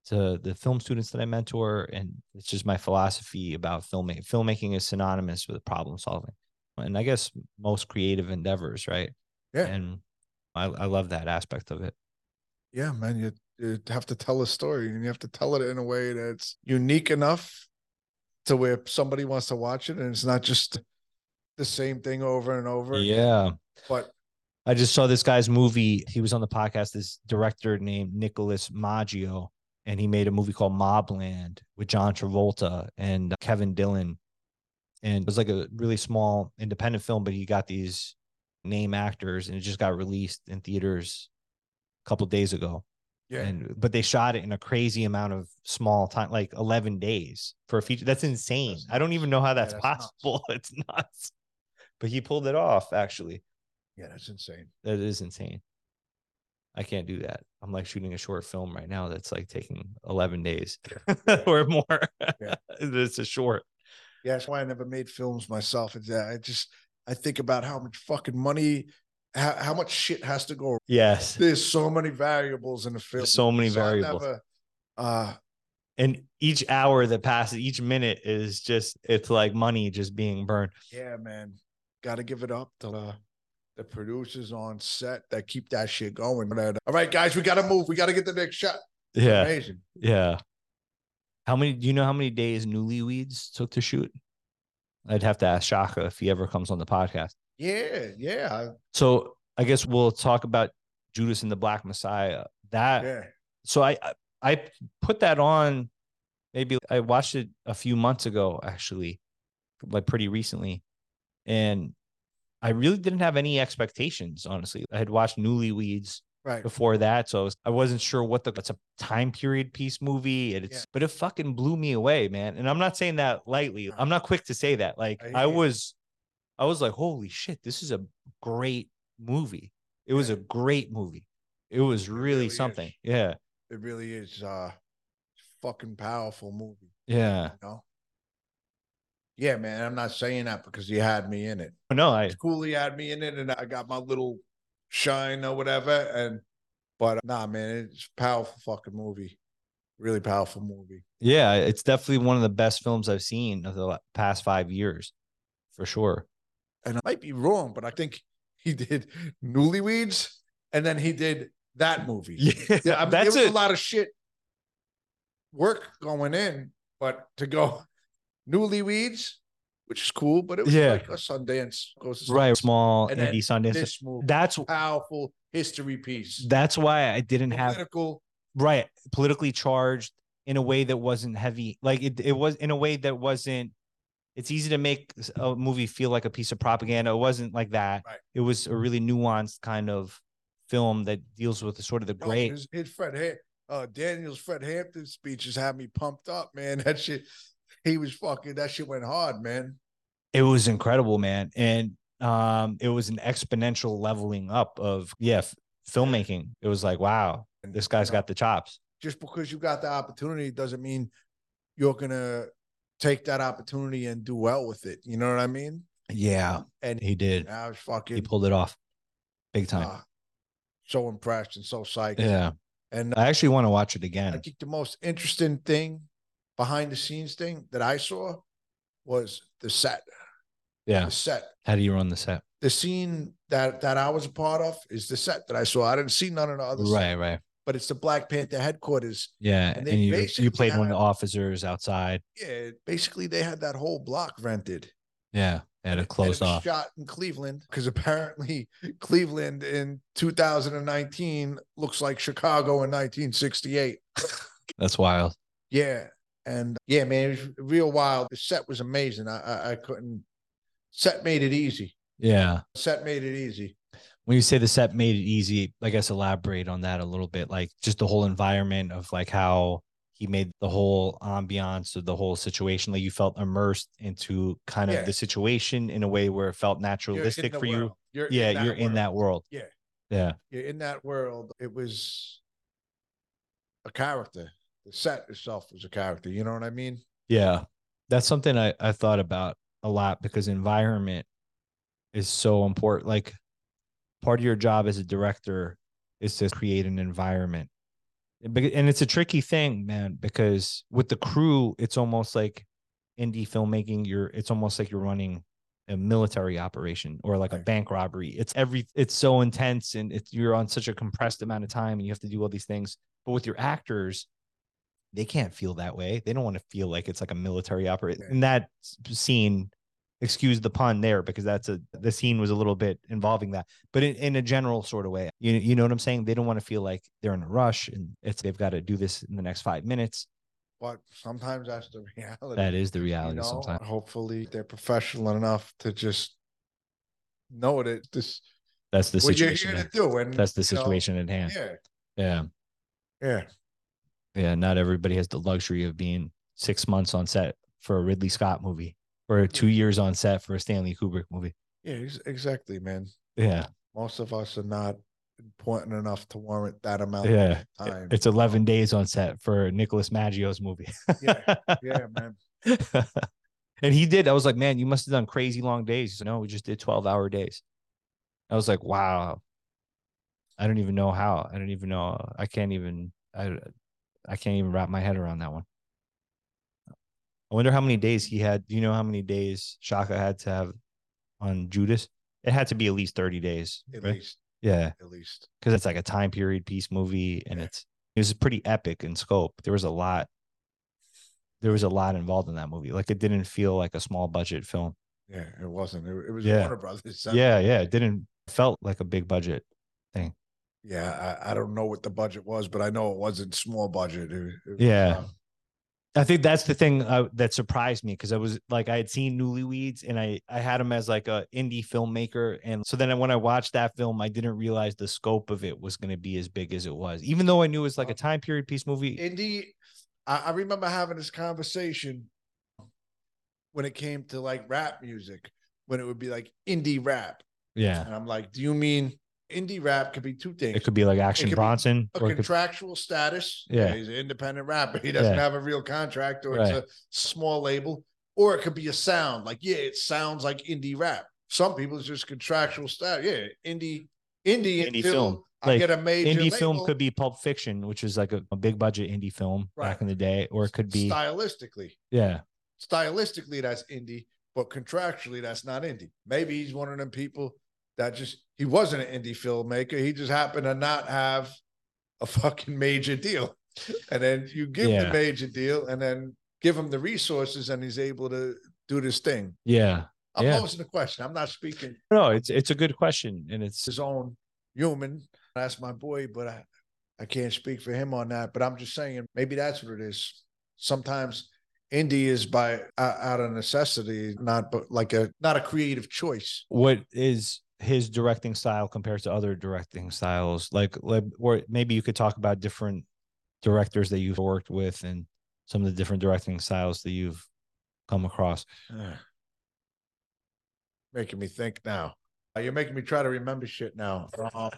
Speaker 2: to the film students that I mentor, and it's just my philosophy about filmmaking. Filmmaking is synonymous with problem solving, and I guess most creative endeavors, right?
Speaker 3: Yeah.
Speaker 2: And I, I love that aspect of it.
Speaker 3: yeah man you, you have to tell a story and you have to tell it in a way that's unique enough to where somebody wants to watch it and it's not just the same thing over and over
Speaker 2: Yeah.
Speaker 3: but
Speaker 2: I just saw this guy's movie. He was on the podcast, this director named Nicholas Maggio, and he made a movie called Mobland with John Travolta and uh, Kevin Dillon. And it was like a really small independent film, but he got these name actors and it just got released in theaters a couple days ago.
Speaker 3: yeah
Speaker 2: And but they shot it in a crazy amount of small time, like 11 days for a feature. That's insane.
Speaker 3: That's
Speaker 2: I don't even know how that's,
Speaker 3: that's nuts.
Speaker 2: possible. It's nuts. But he pulled it off actually.
Speaker 3: yeah that's insane
Speaker 2: That is insane. I can't do that. I'm like shooting a short film right now that's like taking 11 days or more.
Speaker 3: Yeah.
Speaker 2: it's a short.
Speaker 3: Yeah, that's why I never made films myself. It's, uh, I just I think about how much fucking money, how, how much shit has to go.
Speaker 2: Yes.
Speaker 3: There's so many variables in a film.
Speaker 2: There's so many
Speaker 3: I
Speaker 2: variables.
Speaker 3: never, uh,
Speaker 2: And each hour that passes, each minute is just, it's like money just being burned.
Speaker 3: yeah, man, got to give it up to the, the producers on set that keep that shit going. But, uh, all right, guys, we got to move. We got to get the next shot.
Speaker 2: Yeah.
Speaker 3: Amazing.
Speaker 2: Yeah. How many, do you know how many days Newlyweeds took to shoot? I'd have to ask Shaka if he ever comes on the podcast.
Speaker 3: Yeah, yeah,
Speaker 2: So I guess we'll talk about Judas and the Black Messiah. That
Speaker 3: yeah.
Speaker 2: so I I- I put that on. Maybe I watched it a few months ago, actually, like pretty recently, and I really didn't have any expectations. Honestly, I had watched Newlyweds
Speaker 3: Right.
Speaker 2: before that, so I was I wasn't sure what the it's a time period piece movie, and it's but it fucking blew me away, man. And I'm not saying that lightly. I'm not quick to say that. Like
Speaker 3: I hear
Speaker 2: I,
Speaker 3: you.
Speaker 2: was, I was like, holy shit, this is a great movie. It was a great movie. It was really,
Speaker 3: really is.
Speaker 2: something. Yeah.
Speaker 3: It really is uh, fucking powerful movie.
Speaker 2: Yeah.
Speaker 3: You know. Yeah, man. I'm not saying that because you had me in it.
Speaker 2: No, I
Speaker 3: Cooley had me in it, and I got my little shine or whatever. And but nah, man, it's a powerful fucking movie, really powerful movie.
Speaker 2: yeah, it's definitely one of the best films I've seen of the la- past five years, for sure.
Speaker 3: And I might be wrong, but I think he did Newlyweds, and then he did that movie. I mean,
Speaker 2: that's
Speaker 3: there was
Speaker 2: it.
Speaker 3: a lot of shit work going in, but to go Newlyweds, which is cool, but it was
Speaker 2: Yeah.
Speaker 3: like a Sundance goes to
Speaker 2: right,
Speaker 3: Sundance.
Speaker 2: small
Speaker 3: And then
Speaker 2: indie Sundance.
Speaker 3: This movie,
Speaker 2: that's
Speaker 3: powerful history piece,
Speaker 2: that's why I didn't have
Speaker 3: political.
Speaker 2: right politically charged in a way that wasn't heavy. Like it, it was in a way that wasn't. It's easy to make a movie feel like a piece of propaganda. It wasn't like that.
Speaker 3: Right.
Speaker 2: It was a really nuanced kind of film that deals with the sort of the
Speaker 3: No,
Speaker 2: great.
Speaker 3: His, his Fred Ham- uh, Daniel's Fred Hampton speeches had me pumped up, man. That shit, he was fucking. That shit went hard, man.
Speaker 2: it was incredible man and um it was an exponential leveling up of yeah f- filmmaking it was like wow
Speaker 3: And
Speaker 2: this guy's
Speaker 3: you know,
Speaker 2: got the chops
Speaker 3: just because you got the opportunity doesn't mean you're gonna take that opportunity and do well with it. You know what I mean?
Speaker 2: yeah
Speaker 3: And
Speaker 2: he did
Speaker 3: I was
Speaker 2: he
Speaker 3: fucking
Speaker 2: pulled it off big time
Speaker 3: uh, so impressed and so psyched.
Speaker 2: yeah
Speaker 3: And uh,
Speaker 2: i actually want to watch it
Speaker 3: I
Speaker 2: again
Speaker 3: think the most interesting thing behind the scenes thing that I saw was the set.
Speaker 2: yeah
Speaker 3: The set.
Speaker 2: how do you run the set
Speaker 3: the scene that that I was a part of is the set that I saw. I didn't see none of the other set,
Speaker 2: right right
Speaker 3: but it's the Black Panther headquarters.
Speaker 2: yeah
Speaker 3: And
Speaker 2: and,
Speaker 3: they
Speaker 2: you
Speaker 3: basically
Speaker 2: you played one of the
Speaker 3: had-
Speaker 2: officers outside
Speaker 3: Yeah, basically they had that whole block rented.
Speaker 2: yeah at a
Speaker 3: And
Speaker 2: closed
Speaker 3: was
Speaker 2: off
Speaker 3: Shot in Cleveland because apparently Cleveland in 2019 looks like Chicago in 1968.
Speaker 2: that's wild
Speaker 3: Yeah, and yeah, man, it was real wild. The set was amazing. I I, I couldn't. Set made it easy.
Speaker 2: yeah
Speaker 3: Set made it easy.
Speaker 2: when you say the set made it easy, I guess elaborate on that a little bit, like just the whole environment of like how he made the whole ambiance of the whole situation. Like you felt immersed into kind of
Speaker 3: Yeah.
Speaker 2: the situation in a way where it felt
Speaker 3: You're in
Speaker 2: naturalistic
Speaker 3: the
Speaker 2: for you.
Speaker 3: world. You're
Speaker 2: Yeah, you're in
Speaker 3: world.
Speaker 2: that world.
Speaker 3: Yeah.
Speaker 2: Yeah.
Speaker 3: you're in that world. It was a character the set itself is a character. You know what I mean?
Speaker 2: Yeah. That's something I, I thought about a lot because environment is so important. Like part of your job as a director is to create an environment. And bec- and it's a tricky thing, man, because with the crew, it's almost like indie filmmaking, you're it's almost like you're running a military operation or like a
Speaker 3: Right.
Speaker 2: bank robbery. It's every it's so intense and it's you're on such a compressed amount of time and you have to do all these things. But with your actors, they can't feel that way. They don't want to feel like it's like a military operation.
Speaker 3: Right.
Speaker 2: And that s- scene, excuse the pun there, because that's a the scene was a little bit involving that, but in, in a general sort of way. You you know what I'm saying? They don't want to feel like they're in a rush and it's they've got to do this in the next five minutes.
Speaker 3: But sometimes that's the reality.
Speaker 2: That is the
Speaker 3: you
Speaker 2: reality
Speaker 3: know?
Speaker 2: sometimes.
Speaker 3: Hopefully they're professional enough to just know that this
Speaker 2: That's the
Speaker 3: what you're here
Speaker 2: situation.
Speaker 3: to
Speaker 2: at-
Speaker 3: do. And
Speaker 2: That's the
Speaker 3: you know,
Speaker 2: situation at hand.
Speaker 3: yeah.
Speaker 2: Yeah.
Speaker 3: Yeah.
Speaker 2: Yeah, not everybody has the luxury of being six months on set for a Ridley Scott movie or two years on set for a Stanley Kubrick movie.
Speaker 3: Yeah. ex- Exactly, man.
Speaker 2: Yeah,
Speaker 3: Most of us are not important enough to warrant that amount
Speaker 2: yeah.
Speaker 3: of time.
Speaker 2: It's eleven days on set for Nicholas Maggio's movie.
Speaker 3: Yeah, yeah, man.
Speaker 2: and he did. I was like, man, you must have done crazy long days. He's like, no, we just did twelve hour days. I was like, wow. I don't even know how. I don't even know. I can't even. I I can't even wrap my head around that one. I wonder how many days he had. Do you know how many days Shaka had to have on Judas? It had to be at least thirty days.
Speaker 3: At
Speaker 2: right?
Speaker 3: least,
Speaker 2: Yeah,
Speaker 3: at least.
Speaker 2: because it's like a time period piece movie, and
Speaker 3: Yeah.
Speaker 2: it's it was pretty epic in scope. There was a lot. There was a lot involved in that movie. Like it didn't feel like a small budget film.
Speaker 3: Yeah, it wasn't. It, it was
Speaker 2: Yeah.
Speaker 3: Warner Brothers. so-
Speaker 2: Yeah, yeah, it didn't felt like a big budget.
Speaker 3: Yeah, I, I don't know what the budget was, but I know it wasn't small budget. It, it was,
Speaker 2: Yeah.
Speaker 3: uh,
Speaker 2: I think that's the thing uh, that surprised me because I was like I had seen Newlyweds and I I had him as like a indie filmmaker and so then when I watched that film I didn't realize the scope of it was going to be as big as it was even though I knew it was like a time period piece movie.
Speaker 3: Indeed, I, I remember having this conversation when it came to like rap music, when it would be like indie rap,
Speaker 2: Yeah,
Speaker 3: and I'm like, do you mean indie rap could be two things?
Speaker 2: it could be like Action
Speaker 3: could be
Speaker 2: Bronson
Speaker 3: a
Speaker 2: or it could,
Speaker 3: contractual status.
Speaker 2: Yeah.
Speaker 3: he's an independent rapper. He doesn't
Speaker 2: Yeah.
Speaker 3: have a real contract, or
Speaker 2: Right.
Speaker 3: it's a small label, or it could be a sound. Like, yeah, it sounds like indie rap. Some people it's just contractual status. Yeah, indie, indie,
Speaker 2: Indie
Speaker 3: until
Speaker 2: film.
Speaker 3: I
Speaker 2: Like,
Speaker 3: get a major
Speaker 2: indie film
Speaker 3: label
Speaker 2: could be Pulp Fiction, which is like a, a big budget indie film back
Speaker 3: Right.
Speaker 2: in the day, or it could be
Speaker 3: stylistically.
Speaker 2: yeah,
Speaker 3: Stylistically, that's indie, but contractually, that's not indie. Maybe he's one of them people that just he wasn't an indie filmmaker. He just happened to not have a fucking major deal. And then you give him
Speaker 2: Yeah.
Speaker 3: the major deal and then give him the resources and he's able to do this thing.
Speaker 2: yeah.
Speaker 3: I'm
Speaker 2: Yeah.
Speaker 3: posing the question. I'm not speaking
Speaker 2: No, it's it's a good question and it's
Speaker 3: his own human. That's my boy, but I, I can't speak for him on that. But I'm just saying, maybe that's what it is. Sometimes indie is by uh, out of necessity, not but like a not a creative choice.
Speaker 2: what is his directing style compared to other directing styles like, like or maybe you could talk about different directors that you've worked with and some of the different directing styles that you've come across
Speaker 3: making me think now. Uh, You're making me try to remember shit now. Um,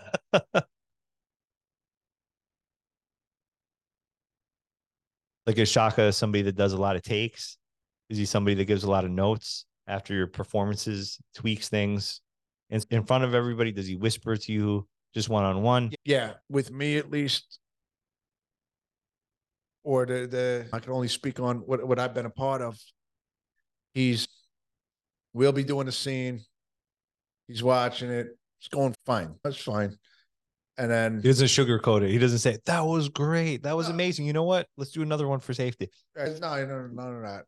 Speaker 2: like is shaka somebody that does a lot of takes is he somebody that gives a lot of notes after your performances tweaks things in, in front of everybody does he whisper to you just one-on-one
Speaker 3: yeah, with me at least. Or the the I can only speak on what what I've been a part of. He's we'll be doing a scene. He's watching it. It's going fine. That's fine. And then
Speaker 2: he doesn't sugarcoat it he doesn't say that was great that was
Speaker 3: No.
Speaker 2: amazing you know what let's do another one for safety
Speaker 3: Uh, No, no, no, none of that.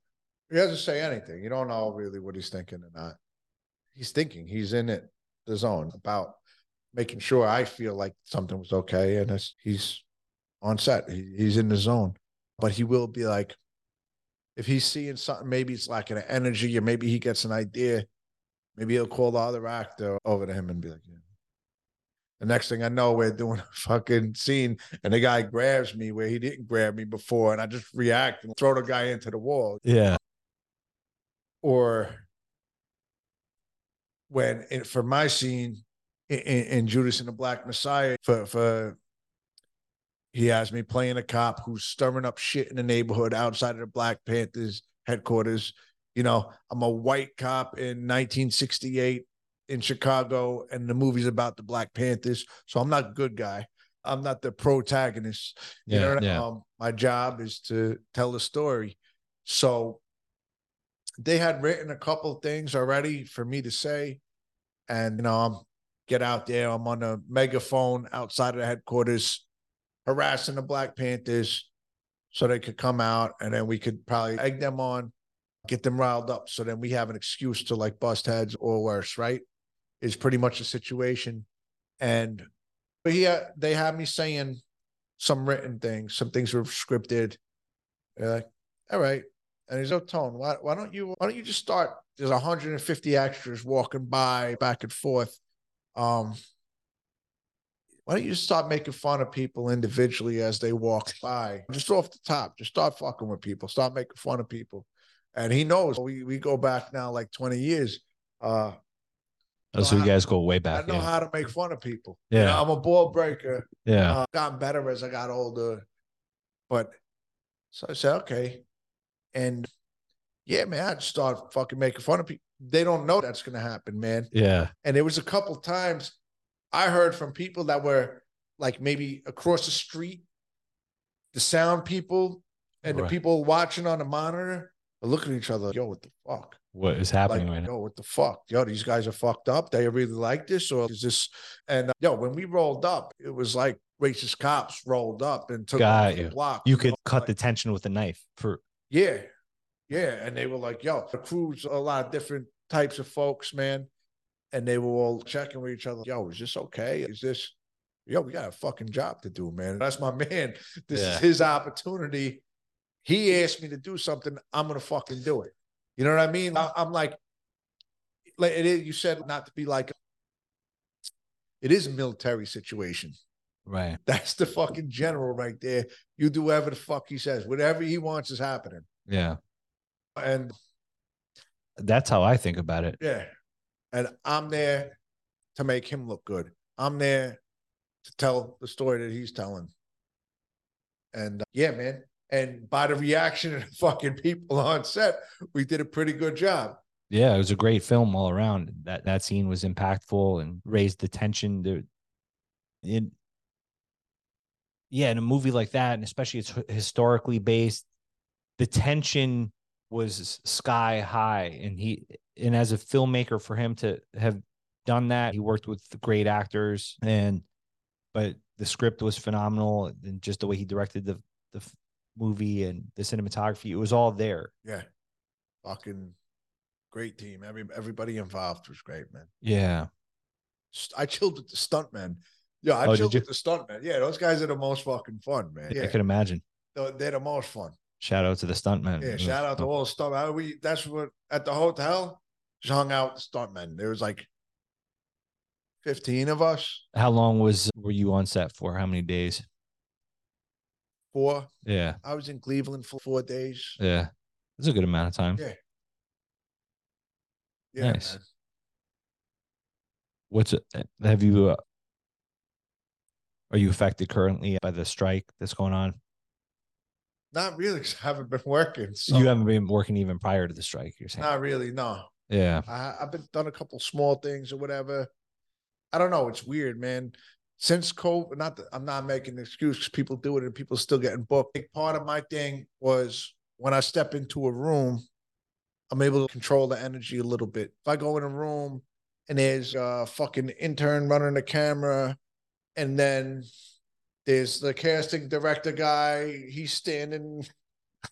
Speaker 3: He doesn't say anything. You don't know really what he's thinking or not. He's thinking. He's in it, the zone about making sure I feel like something was okay, and it's, he's on set. He, he's in the zone, but he will be like, if he's seeing something, maybe it's lacking an energy, or maybe he gets an idea. Maybe he'll call the other actor over to him and be like, yeah. The next thing I know, we're doing a fucking scene and the guy grabs me where he didn't grab me before, and I just react and throw the guy into the wall.
Speaker 2: yeah
Speaker 3: Or when in, for my scene in, in Judas and the Black Messiah for for He has me playing a cop who's stirring up shit in the neighborhood outside of the Black Panthers headquarters. You know, I'm a white cop in 1968 in Chicago, and the movie's about the Black Panthers. So I'm not a good guy. I'm not the protagonist. You
Speaker 2: Yeah,
Speaker 3: know, what I-
Speaker 2: yeah.
Speaker 3: um, my job is to tell the story. So they had written a couple things already for me to say, and you know, I'm get out there. I'm on a megaphone outside of the headquarters, harassing the Black Panthers, so they could come out, and then we could probably egg them on, get them riled up, so then we have an excuse to like bust heads or worse. Right? Is pretty much the situation, and but yeah, they had me saying some written things, some things were scripted. They're like, all right. And he's like, Tone, why, why don't you why don't you just start? There's 150 extras walking by back and forth. Um, why don't you just start making fun of people individually as they walk by? Just off the top, just start fucking with people, start making fun of people. And he knows we we go back now like 20 years. Uh,
Speaker 2: Oh, so you
Speaker 3: I-
Speaker 2: guys go way
Speaker 3: I
Speaker 2: back.
Speaker 3: know
Speaker 2: yeah.
Speaker 3: how to make fun of people.
Speaker 2: Yeah.
Speaker 3: You know, I'm a ball breaker
Speaker 2: yeah.
Speaker 3: uh, gotten better as I got older. But so I said, okay. And yeah, man, I'd start fucking making fun of people. They don't know that's going to happen, man.
Speaker 2: yeah.
Speaker 3: And there was a couple times I heard from people that were like maybe across the street, the sound people and the
Speaker 2: Right.
Speaker 3: people watching on the monitor are looking at each other, yo, what the fuck?
Speaker 2: What is happening
Speaker 3: like,
Speaker 2: right now?
Speaker 3: yo, what the fuck? Yo, these guys are fucked up. They really like this, or is this? And uh, yo, when we rolled up, it was like racist cops rolled up and took
Speaker 2: Got
Speaker 3: over the
Speaker 2: you.
Speaker 3: block.
Speaker 2: You could
Speaker 3: know,
Speaker 2: cut the
Speaker 3: like,
Speaker 2: tension with a knife for
Speaker 3: yeah, yeah, and they were like, yo, the crew's a lot of different types of folks, man, and they were all checking with each other. Yo, is this okay? Is this? Yo, we got a fucking job to do, man. That's my man. This
Speaker 2: Yeah.
Speaker 3: is his opportunity. He asked me to do something. I'm gonna fucking do it. You know what I mean? I, I'm like, like it is, you said not to be like it is a military situation.
Speaker 2: right.
Speaker 3: That's the fucking general right there. You do whatever the fuck he says. Whatever he wants is happening.
Speaker 2: Yeah.
Speaker 3: And
Speaker 2: That's how I think about it.
Speaker 3: yeah. And I'm there to make him look good. I'm there to tell the story that he's telling. And uh, yeah, man. And by the reaction of the fucking people on set, we did a pretty good job.
Speaker 2: Yeah, it was a great film all around. That that scene was impactful and raised the tension. There, in yeah, in a movie like that, and especially it's hi- historically based, the tension was sky high. And he and as a filmmaker, for him to have done that, he worked with great actors, and but the script was phenomenal, and just the way he directed the the f- movie and the cinematography, it was all there.
Speaker 3: Yeah. Fucking great team. Every everybody involved was great, man.
Speaker 2: Yeah.
Speaker 3: St- I chilled with the stuntmen. Yeah, I
Speaker 2: Oh, did
Speaker 3: chilled
Speaker 2: you?
Speaker 3: with the stuntmen. Yeah, those guys are the most fucking fun, man.
Speaker 2: I
Speaker 3: Yeah,
Speaker 2: could imagine.
Speaker 3: they're, they're the most fun.
Speaker 2: Shout out to the stuntman.
Speaker 3: Yeah, shout out to all the stuntmen. We that's what at the hotel just hung out with stuntmen. There was like fifteen of us,
Speaker 2: How long was were you on set for? How many days?
Speaker 3: four.
Speaker 2: Yeah,
Speaker 3: I was in Cleveland for four days.
Speaker 2: yeah, that's a good amount of time.
Speaker 3: Yeah. Yeah,
Speaker 2: Nice.
Speaker 3: man.
Speaker 2: What's it? Have you? Uh, are you affected currently by the strike that's going on?
Speaker 3: not really. 'cause I haven't been working. So Uh,
Speaker 2: you haven't been working even prior to the strike. You're saying?
Speaker 3: not really. No,
Speaker 2: yeah,
Speaker 3: I, I've been done a couple small things or whatever. I don't know. It's weird, man. Since COVID, not that I'm not making an excuse 'cause people do it and people still getting booked. Big part of my thing was when I step into a room, I'm able to control the energy a little bit. If I go in a room and there's a fucking intern running the camera, and then there's the casting director guy, he's standing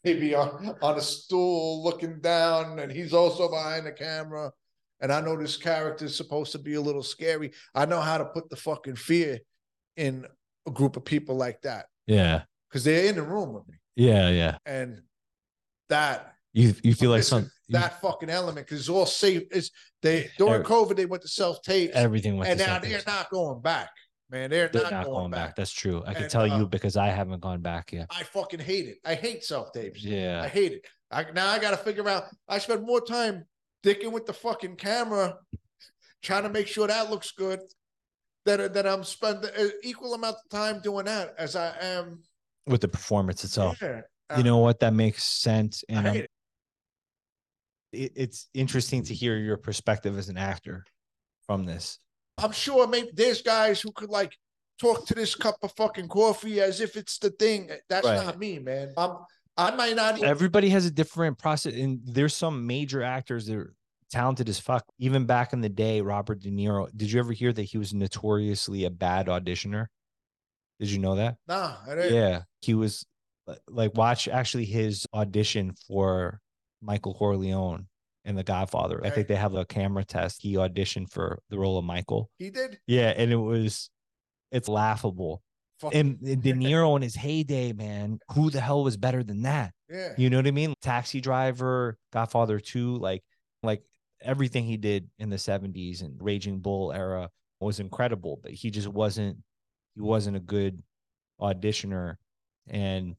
Speaker 3: maybe on, on a stool looking down, and he's also behind the camera. And I know this character's supposed to be a little scary. I know how to put the fucking fear in a group of people like that
Speaker 2: yeah,
Speaker 3: because they're in the room with me.
Speaker 2: yeah, yeah.
Speaker 3: And that
Speaker 2: You you feel like
Speaker 3: It's
Speaker 2: some you-
Speaker 3: that fucking element because it's all safe. It's they during
Speaker 2: Every-
Speaker 3: COVID they went to self tapes, and
Speaker 2: everything went. to
Speaker 3: now
Speaker 2: some
Speaker 3: they're
Speaker 2: things.
Speaker 3: not going back, man. They're,
Speaker 2: They're
Speaker 3: not, going, back.
Speaker 2: That's true. I can
Speaker 3: And,
Speaker 2: tell
Speaker 3: uh,
Speaker 2: you because I haven't gone back yet.
Speaker 3: I fucking hate it. I hate self tapes. I
Speaker 2: Yeah,
Speaker 3: hate it. I, now I got to figure out. I spend more time dicking with the fucking camera, trying to make sure that looks good that that I'm spending an equal amount of time doing that as I am.
Speaker 2: with the performance itself.
Speaker 3: here.
Speaker 2: you know what? That makes sense.
Speaker 3: Uh, I
Speaker 2: And I'm-
Speaker 3: hate it.
Speaker 2: it, it's interesting to hear your perspective as an actor from this.
Speaker 3: I'm sure maybe there's guys who could like talk to this cup of fucking coffee as if it's the thing. That's
Speaker 2: Right.
Speaker 3: not me, man. I'm I might not even
Speaker 2: Everybody has a different process, and there's some major actors that are talented as fuck. Even back in the day, Robert De Niro. Did you ever hear that he was notoriously a bad auditioner? Did you know that?
Speaker 3: nah. I didn't-
Speaker 2: Yeah, he was uh, like watch actually his audition for Michael Corleone and The Godfather. I think
Speaker 3: Right.
Speaker 2: they have a camera test. He auditioned for the role of Michael.
Speaker 3: He did.
Speaker 2: Yeah, and it was it's laughable.
Speaker 3: Fuck.
Speaker 2: And, and De Niro in his heyday, man, who the hell was better than that?
Speaker 3: yeah.
Speaker 2: You know what I mean? Taxi Driver, Godfather 2, like like everything he did in the 70s and Raging Bull era was incredible, but he just wasn't he wasn't a good auditioner and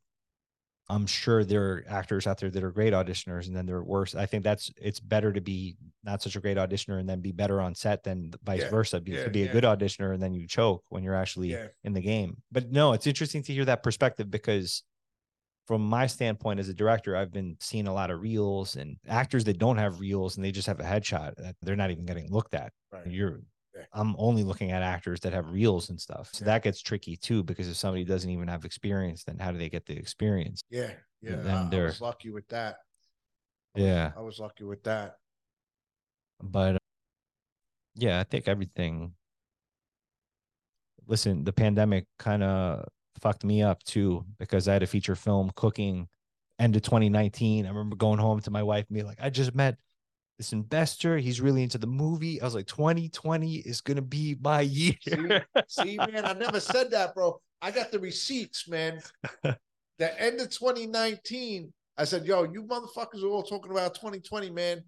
Speaker 2: I'm sure there are actors out there that are great auditioners and then they're worse. I think that's it's better to be not such a great auditioner and then be better on set than vice
Speaker 3: Yeah,
Speaker 2: versa. Be,
Speaker 3: yeah,
Speaker 2: to be
Speaker 3: yeah.
Speaker 2: a good auditioner and then you choke when you're actually
Speaker 3: Yeah.
Speaker 2: in the game. But no, it's interesting to hear that perspective because from my standpoint as a director, I've been seeing a lot of reels and actors that don't have reels and they just have a headshot. that They're not even getting looked at.
Speaker 3: Right.
Speaker 2: You're
Speaker 3: Yeah.
Speaker 2: I'm only looking at actors that have reels and stuff. So
Speaker 3: Yeah.
Speaker 2: that gets tricky too, because if somebody doesn't even have experience, then how do they get the experience?
Speaker 3: Yeah. Yeah.
Speaker 2: And
Speaker 3: I- I
Speaker 2: they're-
Speaker 3: was lucky with that.
Speaker 2: Yeah.
Speaker 3: I was lucky with that.
Speaker 2: But uh, yeah, I think everything. Listen, the pandemic kind of fucked me up too because I had a feature film cooking end of 2019. I remember going home to my wife and being like, I just met this investor. He's really into the movie. I was like, 2020 is going to be my year.
Speaker 3: See, man, I never said that, bro. I got the receipts, man. the end of 2019, I said, yo, you motherfuckers are all talking about 2020, man.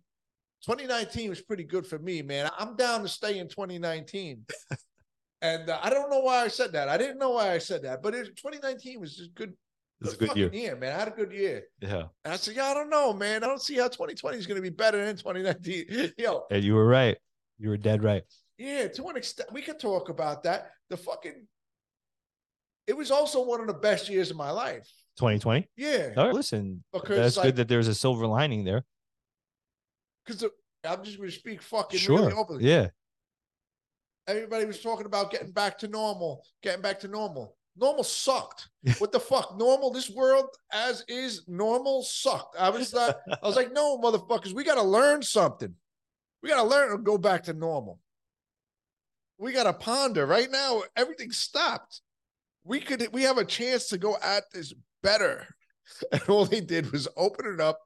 Speaker 3: 2019 was pretty good for me, man. I'm down to stay in 2019. and uh, I don't know why I said that. I didn't know why I said that, but it, 2019 was just good.
Speaker 2: It's a good year.
Speaker 3: fucking man. I had a good year.
Speaker 2: Yeah.
Speaker 3: And I said, yeah, I don't know, man. I don't see how 2020 is going to be better than 2019. yo,
Speaker 2: And you were right. You were dead right.
Speaker 3: yeah, to an extent, we could talk about that. The fucking, it was also one of the best years of my life.
Speaker 2: 2020.
Speaker 3: Yeah,
Speaker 2: All right. Listen,
Speaker 3: Because,
Speaker 2: that's
Speaker 3: like-
Speaker 2: good that there's a silver lining there.
Speaker 3: because I'm just going to speak fucking
Speaker 2: Sure.
Speaker 3: really openly.
Speaker 2: Yeah.
Speaker 3: Everybody was talking about getting back to normal, getting back to normal. Normal sucked. What the fuck? Normal. This world as is normal sucked. I was not. I was like, no, motherfuckers, we got to learn something. We got to learn and go back to normal. We got to ponder. Right now, everything stopped. We could. We have a chance to go at this better. And all they did was open it up.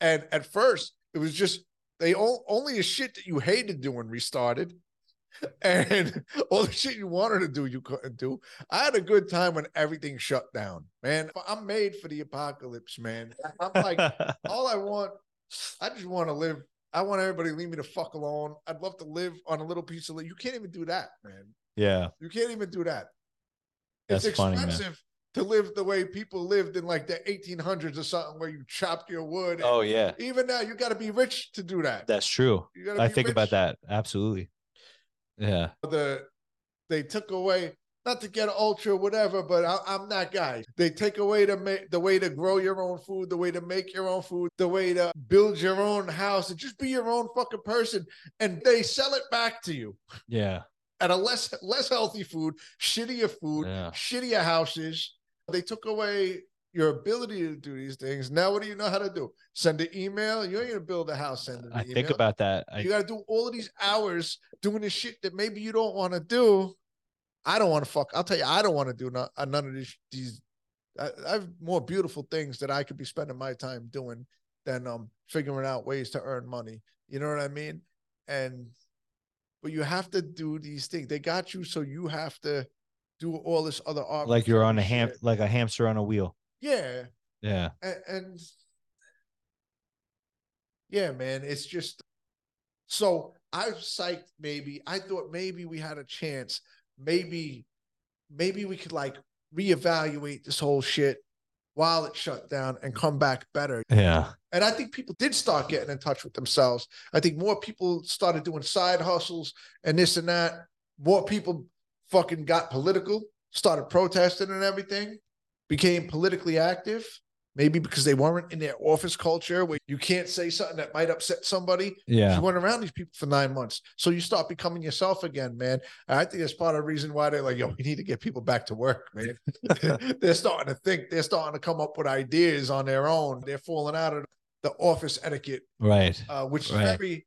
Speaker 3: And at first, it was just they all, only a shit that you hated doing restarted and all the shit you wanted to do, you couldn't do. I had a good time when everything shut down, man. I'm made for the apocalypse, man. I'm like, all I want, I just want to live. I want everybody to leave me the fuck alone. I'd love to live on a little piece of land. You can't even do that, man.
Speaker 2: yeah.
Speaker 3: You can't even do that.
Speaker 2: That's
Speaker 3: it's
Speaker 2: funny, man.
Speaker 3: expensive to live the way people lived in like the 1800s or something, where you chopped your wood.
Speaker 2: Oh, yeah.
Speaker 3: Even now, you got to be rich to do that.
Speaker 2: That's true.
Speaker 3: You gotta
Speaker 2: I
Speaker 3: be
Speaker 2: think about
Speaker 3: rich.
Speaker 2: that. Absolutely. Yeah.
Speaker 3: the they took away not to get ultra whatever, but I, I'm that guy. They take away the ma- the way to grow your own food, the way to make your own food, the way to build your own house, and just be your own fucking person. And they sell it back to you
Speaker 2: Yeah.
Speaker 3: at a less less healthy food, shittier food,
Speaker 2: Yeah.
Speaker 3: shittier houses. They took away your ability to do these things. Now, what do you know how to do? Send an email. You ain't gonna build a house. Send an
Speaker 2: I
Speaker 3: email.
Speaker 2: think about that.
Speaker 3: You
Speaker 2: I,
Speaker 3: got to do all of these hours doing the shit that maybe you don't want to do. I don't want to fuck. I'll tell you, I don't want to do none, uh, none of these. These I, I have more beautiful things that I could be spending my time doing than um figuring out ways to earn money. You know what I mean? And but you have to do these things. They got you, so you have to do all this other art.
Speaker 2: like you're on a ham, like a hamster on a wheel.
Speaker 3: Yeah,
Speaker 2: Yeah.
Speaker 3: and, and yeah, man, it's just so I was psyched. Maybe I thought maybe we had a chance. Maybe, maybe we could like reevaluate this whole shit while it shut down and come back better.
Speaker 2: Yeah.
Speaker 3: And I think people did start getting in touch with themselves. I think more people started doing side hustles and this and that. more people fucking got political, started protesting and everything, became politically active, maybe because they weren't in their office culture where you can't say something that might upset somebody.
Speaker 2: Yeah.
Speaker 3: You weren't around these people for nine months. So you start becoming yourself again, man. And I think that's part of the reason why they're like, yo, we need to get people back to work, man. they're starting to think, they're starting to come up with ideas on their own. They're falling out of the office etiquette,
Speaker 2: Right.
Speaker 3: uh, which
Speaker 2: Right.
Speaker 3: is very,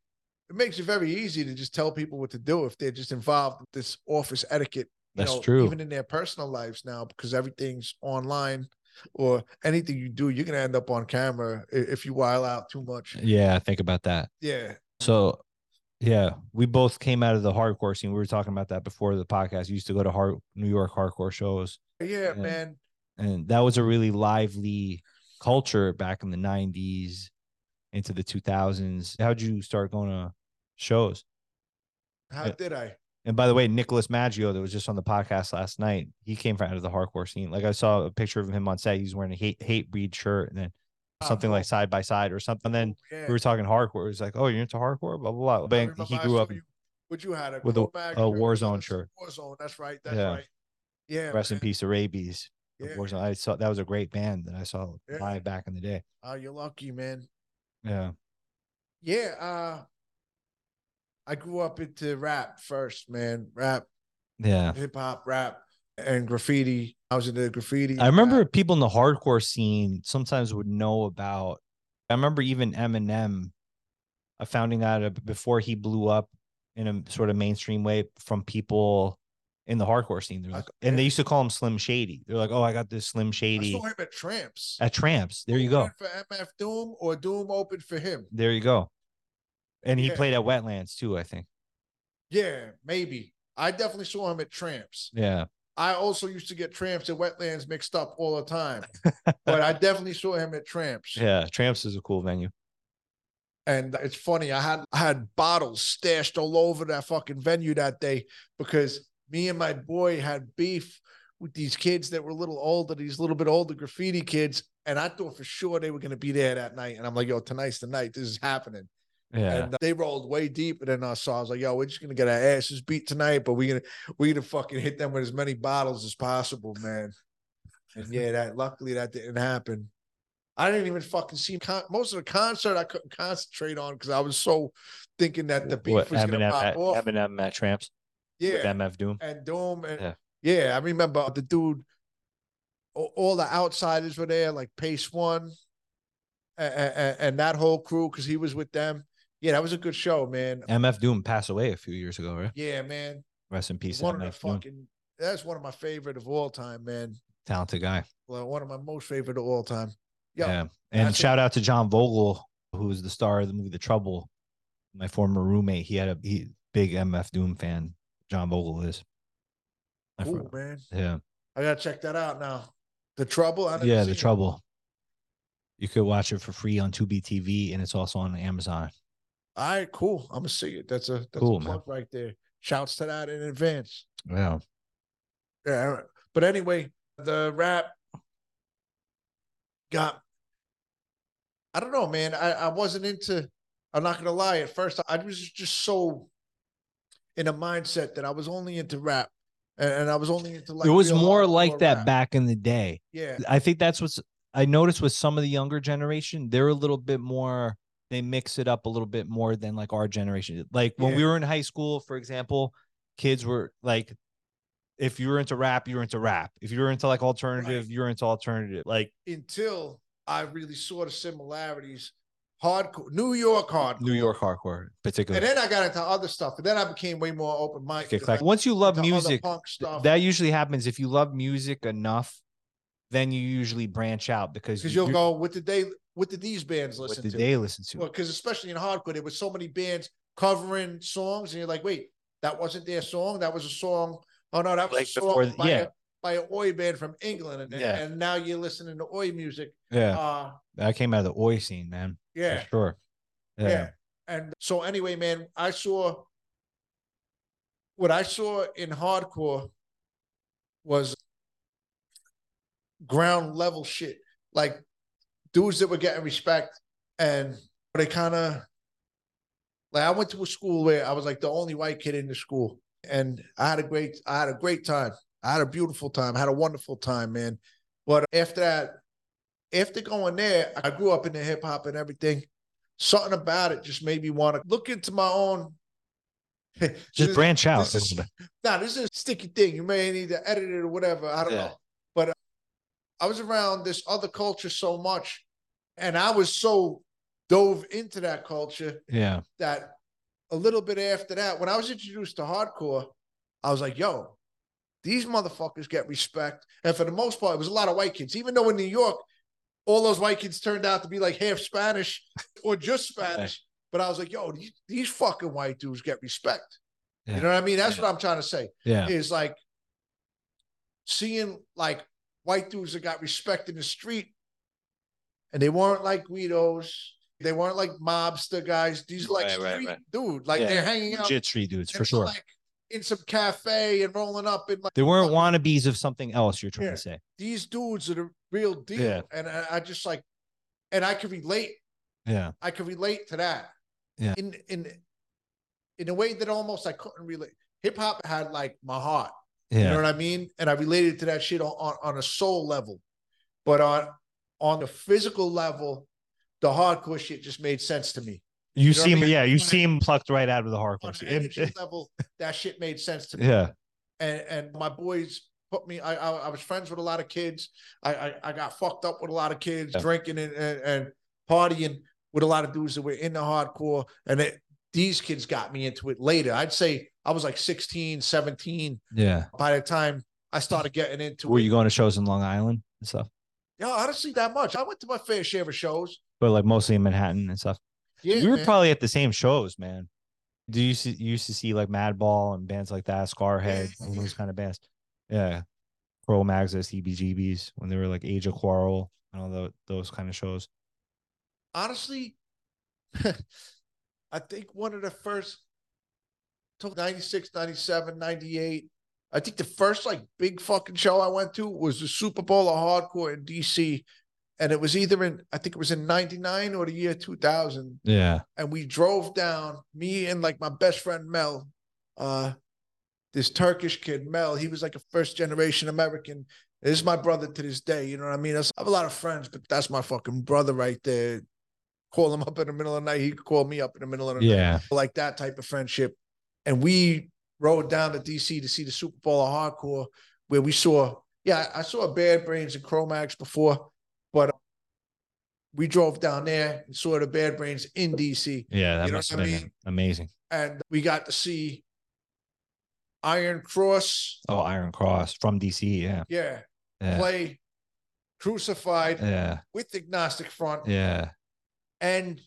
Speaker 3: it makes it very easy to just tell people what to do if they're just involved with this office etiquette you
Speaker 2: That's
Speaker 3: know,
Speaker 2: true.
Speaker 3: Even in their personal lives now, because everything's online or anything you do, you're gonna end up on camera i- if you while out too much.
Speaker 2: yeah. Think about that.
Speaker 3: Yeah.
Speaker 2: So, yeah, we both came out of the hardcore scene. We were talking about that before the podcast. We used to go to hard New York hardcore shows,
Speaker 3: Yeah,
Speaker 2: Yeah.
Speaker 3: man.
Speaker 2: and that was a really lively culture back in the '90s into the 2000s. How'd you start going to shows?
Speaker 3: How
Speaker 2: Yeah.
Speaker 3: did I?
Speaker 2: And by the way, Nicholas Maggio, that was just on the podcast last night, he came from out of the hardcore scene. Like I saw a picture of him on set. He's wearing a hate hate breed shirt and then
Speaker 3: Ah,
Speaker 2: something
Speaker 3: cool.
Speaker 2: like side by side or something. And then
Speaker 3: Yeah.
Speaker 2: we were talking hardcore. It was like, oh, you're into hardcore, blah blah blah.
Speaker 3: I
Speaker 2: But
Speaker 3: remember
Speaker 2: he
Speaker 3: I
Speaker 2: grew
Speaker 3: saw
Speaker 2: up.
Speaker 3: you- What you had
Speaker 2: with a-
Speaker 3: Crow Mag
Speaker 2: a
Speaker 3: shirt, you
Speaker 2: Warzone
Speaker 3: said it's
Speaker 2: shirt.
Speaker 3: Warzone. That's right. That's
Speaker 2: Yeah.
Speaker 3: right. Yeah.
Speaker 2: Rest in
Speaker 3: man.
Speaker 2: peace to rabies. of
Speaker 3: Yeah.
Speaker 2: Warzone. I saw that was a great band that I saw
Speaker 3: Yeah.
Speaker 2: live back in the day.
Speaker 3: Oh, you're lucky, man.
Speaker 2: Yeah.
Speaker 3: Yeah. Uh, I grew up into rap first, man. Rap,
Speaker 2: Yeah.
Speaker 3: hip hop, rap, and graffiti. I was into graffiti.
Speaker 2: I
Speaker 3: and rap.
Speaker 2: remember people in the hardcore scene sometimes would know about. I remember even Eminem, uh, founding out of, before he blew up in a sort of mainstream way from people in the hardcore scene. They're
Speaker 3: I-
Speaker 2: like, and they used to call him Slim Shady. They're like, oh, I got this Slim
Speaker 3: I
Speaker 2: Shady
Speaker 3: saw him at Tramps.
Speaker 2: at Tramps. There you go.
Speaker 3: Open For MF Doom or Doom open for him.
Speaker 2: There you go. And he
Speaker 3: Yeah.
Speaker 2: played at Wetlands too, I think.
Speaker 3: Yeah, maybe. I definitely saw him at Tramps.
Speaker 2: Yeah.
Speaker 3: I also used to get Tramps and Wetlands mixed up all the time, but I definitely saw him at Tramps.
Speaker 2: Yeah. Tramps is a cool venue.
Speaker 3: And it's funny. I had I had bottles stashed all over that fucking venue that day because me and my boy had beef with these kids that were a little older, these little bit older graffiti kids. And I thought for sure they were going to be there that night. And I'm like, yo, tonight's the night. This is happening.
Speaker 2: Yeah.
Speaker 3: And uh, they rolled way deeper than us. So I was like, yo, we're just gonna get our asses beat tonight, but we're gonna we're gonna fucking hit them with as many bottles as possible, man. And yeah, that luckily that didn't happen. I didn't even fucking see con- most of the concert I couldn't concentrate on because I was so thinking that the beef
Speaker 2: What,
Speaker 3: was gonna
Speaker 2: Eminem,
Speaker 3: pop
Speaker 2: at,
Speaker 3: off.
Speaker 2: Eminem at Tramps with
Speaker 3: yeah,
Speaker 2: MF Doom.
Speaker 3: and Doom and
Speaker 2: Yeah.
Speaker 3: yeah. I remember the dude. a- All the outsiders were there, like Pace One, and, and, that whole crew, because he was with them. Yeah, that was a good show, man.
Speaker 2: MF Doom passed away a few years ago, right?
Speaker 3: Yeah, man.
Speaker 2: Rest in peace,
Speaker 3: one of the
Speaker 2: MF Doom.
Speaker 3: fucking that's one of my favorite of all time, man.
Speaker 2: Talented guy.
Speaker 3: Well, one of my most favorite of all time.
Speaker 2: Yeah.
Speaker 3: Yeah.
Speaker 2: And
Speaker 3: that's it.
Speaker 2: shout out to John Vogel, who was the star of the movie The Trouble. My former roommate, he had a he, big MF Doom fan. John Vogel is. I
Speaker 3: Cool,
Speaker 2: forgot.
Speaker 3: man.
Speaker 2: yeah.
Speaker 3: I gotta check that out now. The trouble. I never
Speaker 2: Yeah.
Speaker 3: seen
Speaker 2: The
Speaker 3: it.
Speaker 2: Trouble. You could watch it for free on 2B TV and it's also on Amazon.
Speaker 3: All right, cool. I'm gonna see it. That's a that's
Speaker 2: Cool,
Speaker 3: a
Speaker 2: man.
Speaker 3: plug right there. Shouts to that in advance.
Speaker 2: Yeah.
Speaker 3: Yeah. all right. But anyway, the rap got. I don't know, man. I, I wasn't into. I'm not gonna lie. At first, I was just so in a mindset that I was only into rap, and, and I was only into like.
Speaker 2: it was
Speaker 3: real
Speaker 2: more
Speaker 3: hardcore
Speaker 2: like that
Speaker 3: rap.
Speaker 2: back in the day.
Speaker 3: Yeah,
Speaker 2: I think that's what's I noticed with some of the younger generation, they're a little bit more they mix it up a little bit more than like our generation. Like when we were in high school, for example, kids were like if you were into rap, you were into rap. If you were into like alternative,
Speaker 3: Right.
Speaker 2: you're into alternative. Like
Speaker 3: until I really saw the similarities. Hardcore, New York hardcore,
Speaker 2: New York hardcore,
Speaker 3: and
Speaker 2: particularly.
Speaker 3: then I got into other stuff, and then I became way more open minded.
Speaker 2: Like once you love music,
Speaker 3: punk
Speaker 2: th-
Speaker 3: stuff.
Speaker 2: that usually happens. If you love music enough, then you usually branch out because
Speaker 3: because
Speaker 2: you-
Speaker 3: you'll
Speaker 2: you-
Speaker 3: go what did they what did these bands
Speaker 2: what
Speaker 3: listen
Speaker 2: did
Speaker 3: to
Speaker 2: they listen to?
Speaker 3: well because especially in hardcore there was so many bands covering songs and you're like wait that wasn't their song that was a song oh no that was
Speaker 2: Like
Speaker 3: a song
Speaker 2: before the-
Speaker 3: by,
Speaker 2: yeah.
Speaker 3: a, by an oi band from england and,
Speaker 2: Yeah.
Speaker 3: and now you're listening to oi music
Speaker 2: yeah,
Speaker 3: uh
Speaker 2: that came out of the Oi scene, man.
Speaker 3: yeah,
Speaker 2: For sure.
Speaker 3: yeah and so anyway man i saw what i saw in hardcore was ground level shit like dudes that were getting respect and they kind of like I went to a school where I was like the only white kid in the school. and I had a great I had a great time. I had a beautiful time. I had a wonderful time, man. But after that, after going there, I grew up in the hip hop and everything. Something about it just made me want to look into my own.
Speaker 2: Just branch out
Speaker 3: this
Speaker 2: a
Speaker 3: is-
Speaker 2: little bit.
Speaker 3: Nah, this is a sticky thing. You may need to edit it or whatever. I don't
Speaker 2: Yeah.
Speaker 3: know. But uh, I was around this other culture so much, and I was so dove into that culture
Speaker 2: Yeah.
Speaker 3: that a little bit after that, when I was introduced to hardcore, I was like, yo, these motherfuckers get respect. And for the most part, it was a lot of white kids, even though in New York, all those white kids turned out to be like half Spanish or just Spanish. But I was like, yo, these, these fucking white dudes get respect.
Speaker 2: Yeah.
Speaker 3: You know what I mean? That's
Speaker 2: Yeah.
Speaker 3: what I'm trying to say
Speaker 2: Yeah.
Speaker 3: is like seeing like white dudes that got respect in the street and they weren't like Guidos. They weren't like mobster guys. These are like
Speaker 2: Right, right,
Speaker 3: street
Speaker 2: right.
Speaker 3: dude. Like
Speaker 2: Yeah.
Speaker 3: they're hanging out
Speaker 2: Legit street dudes,
Speaker 3: in
Speaker 2: for
Speaker 3: some,
Speaker 2: sure.
Speaker 3: like in some cafe and rolling up in like
Speaker 2: They weren't wannabes of something else you're trying
Speaker 3: Yeah.
Speaker 2: to say.
Speaker 3: these dudes are the real deal.
Speaker 2: Yeah.
Speaker 3: And I, I just like and I could relate.
Speaker 2: Yeah.
Speaker 3: I could relate to that.
Speaker 2: Yeah.
Speaker 3: In in in a way that almost I couldn't relate. Hip hop had like my heart. You know
Speaker 2: Yeah.
Speaker 3: what I mean? And I related to that shit on, on, on a soul level. But on on the physical level, the hardcore shit just made sense to me.
Speaker 2: You,
Speaker 3: know what I
Speaker 2: seem,
Speaker 3: mean?
Speaker 2: yeah, you
Speaker 3: Like-
Speaker 2: seem plucked right out of the
Speaker 3: On
Speaker 2: hardcore.
Speaker 3: an
Speaker 2: scene.
Speaker 3: energy level, that shit made sense to me.
Speaker 2: yeah.
Speaker 3: And and my boys put me I I, I was friends with a lot of kids. I, I I got fucked up with a lot of kids,
Speaker 2: Yeah.
Speaker 3: drinking and, and and partying with a lot of dudes that were in the hardcore. And it, these kids got me into it later. I'd say I was like 16, 17
Speaker 2: Yeah.
Speaker 3: by the time I started getting into
Speaker 2: Were
Speaker 3: it.
Speaker 2: you going to shows in Long Island and stuff?
Speaker 3: Yeah, honestly, that much. I went to my fair share of shows.
Speaker 2: But like mostly in Manhattan and stuff.
Speaker 3: Yeah,
Speaker 2: we were
Speaker 3: man.
Speaker 2: probably at the same shows, man. Do you see, you used to see like Madball and bands like that, Scarhead,
Speaker 3: yeah,
Speaker 2: all
Speaker 3: yeah.
Speaker 2: those kind of bands? Yeah, E Pro Mags, CBGBs when they were like Age of Quarrel and all tho- those kind of shows.
Speaker 3: honestly, I think one of the first, till 96, 97, 98, I think the first like big fucking show I went to was the Super Bowl of Hardcore in DC. And it was either in, I think it was in 99 or the year 2000.
Speaker 2: Yeah,
Speaker 3: and we drove down me and like my best friend mel uh this turkish kid mel he was like a first generation american this is my brother to this day you know what i mean That's- i have a lot of friends but that's my fucking brother right there call him up in the middle of the night he could call me up in the middle of the night
Speaker 2: yeah,
Speaker 3: like that type of friendship. And we rode down to DC to see the Super Bowl of Hardcore, where we saw, yeah, I saw Bad Brains and Chromax before, but we drove down there and saw the Bad Brains in DC,
Speaker 2: yeah. That
Speaker 3: You know
Speaker 2: must have
Speaker 3: what I
Speaker 2: been
Speaker 3: mean?
Speaker 2: amazing.
Speaker 3: and we got to see Iron Cross,
Speaker 2: Oh, Iron Cross from DC. Yeah,
Speaker 3: yeah,
Speaker 2: yeah,
Speaker 3: play Crucified
Speaker 2: yeah,
Speaker 3: with Agnostic Front,
Speaker 2: yeah.
Speaker 3: and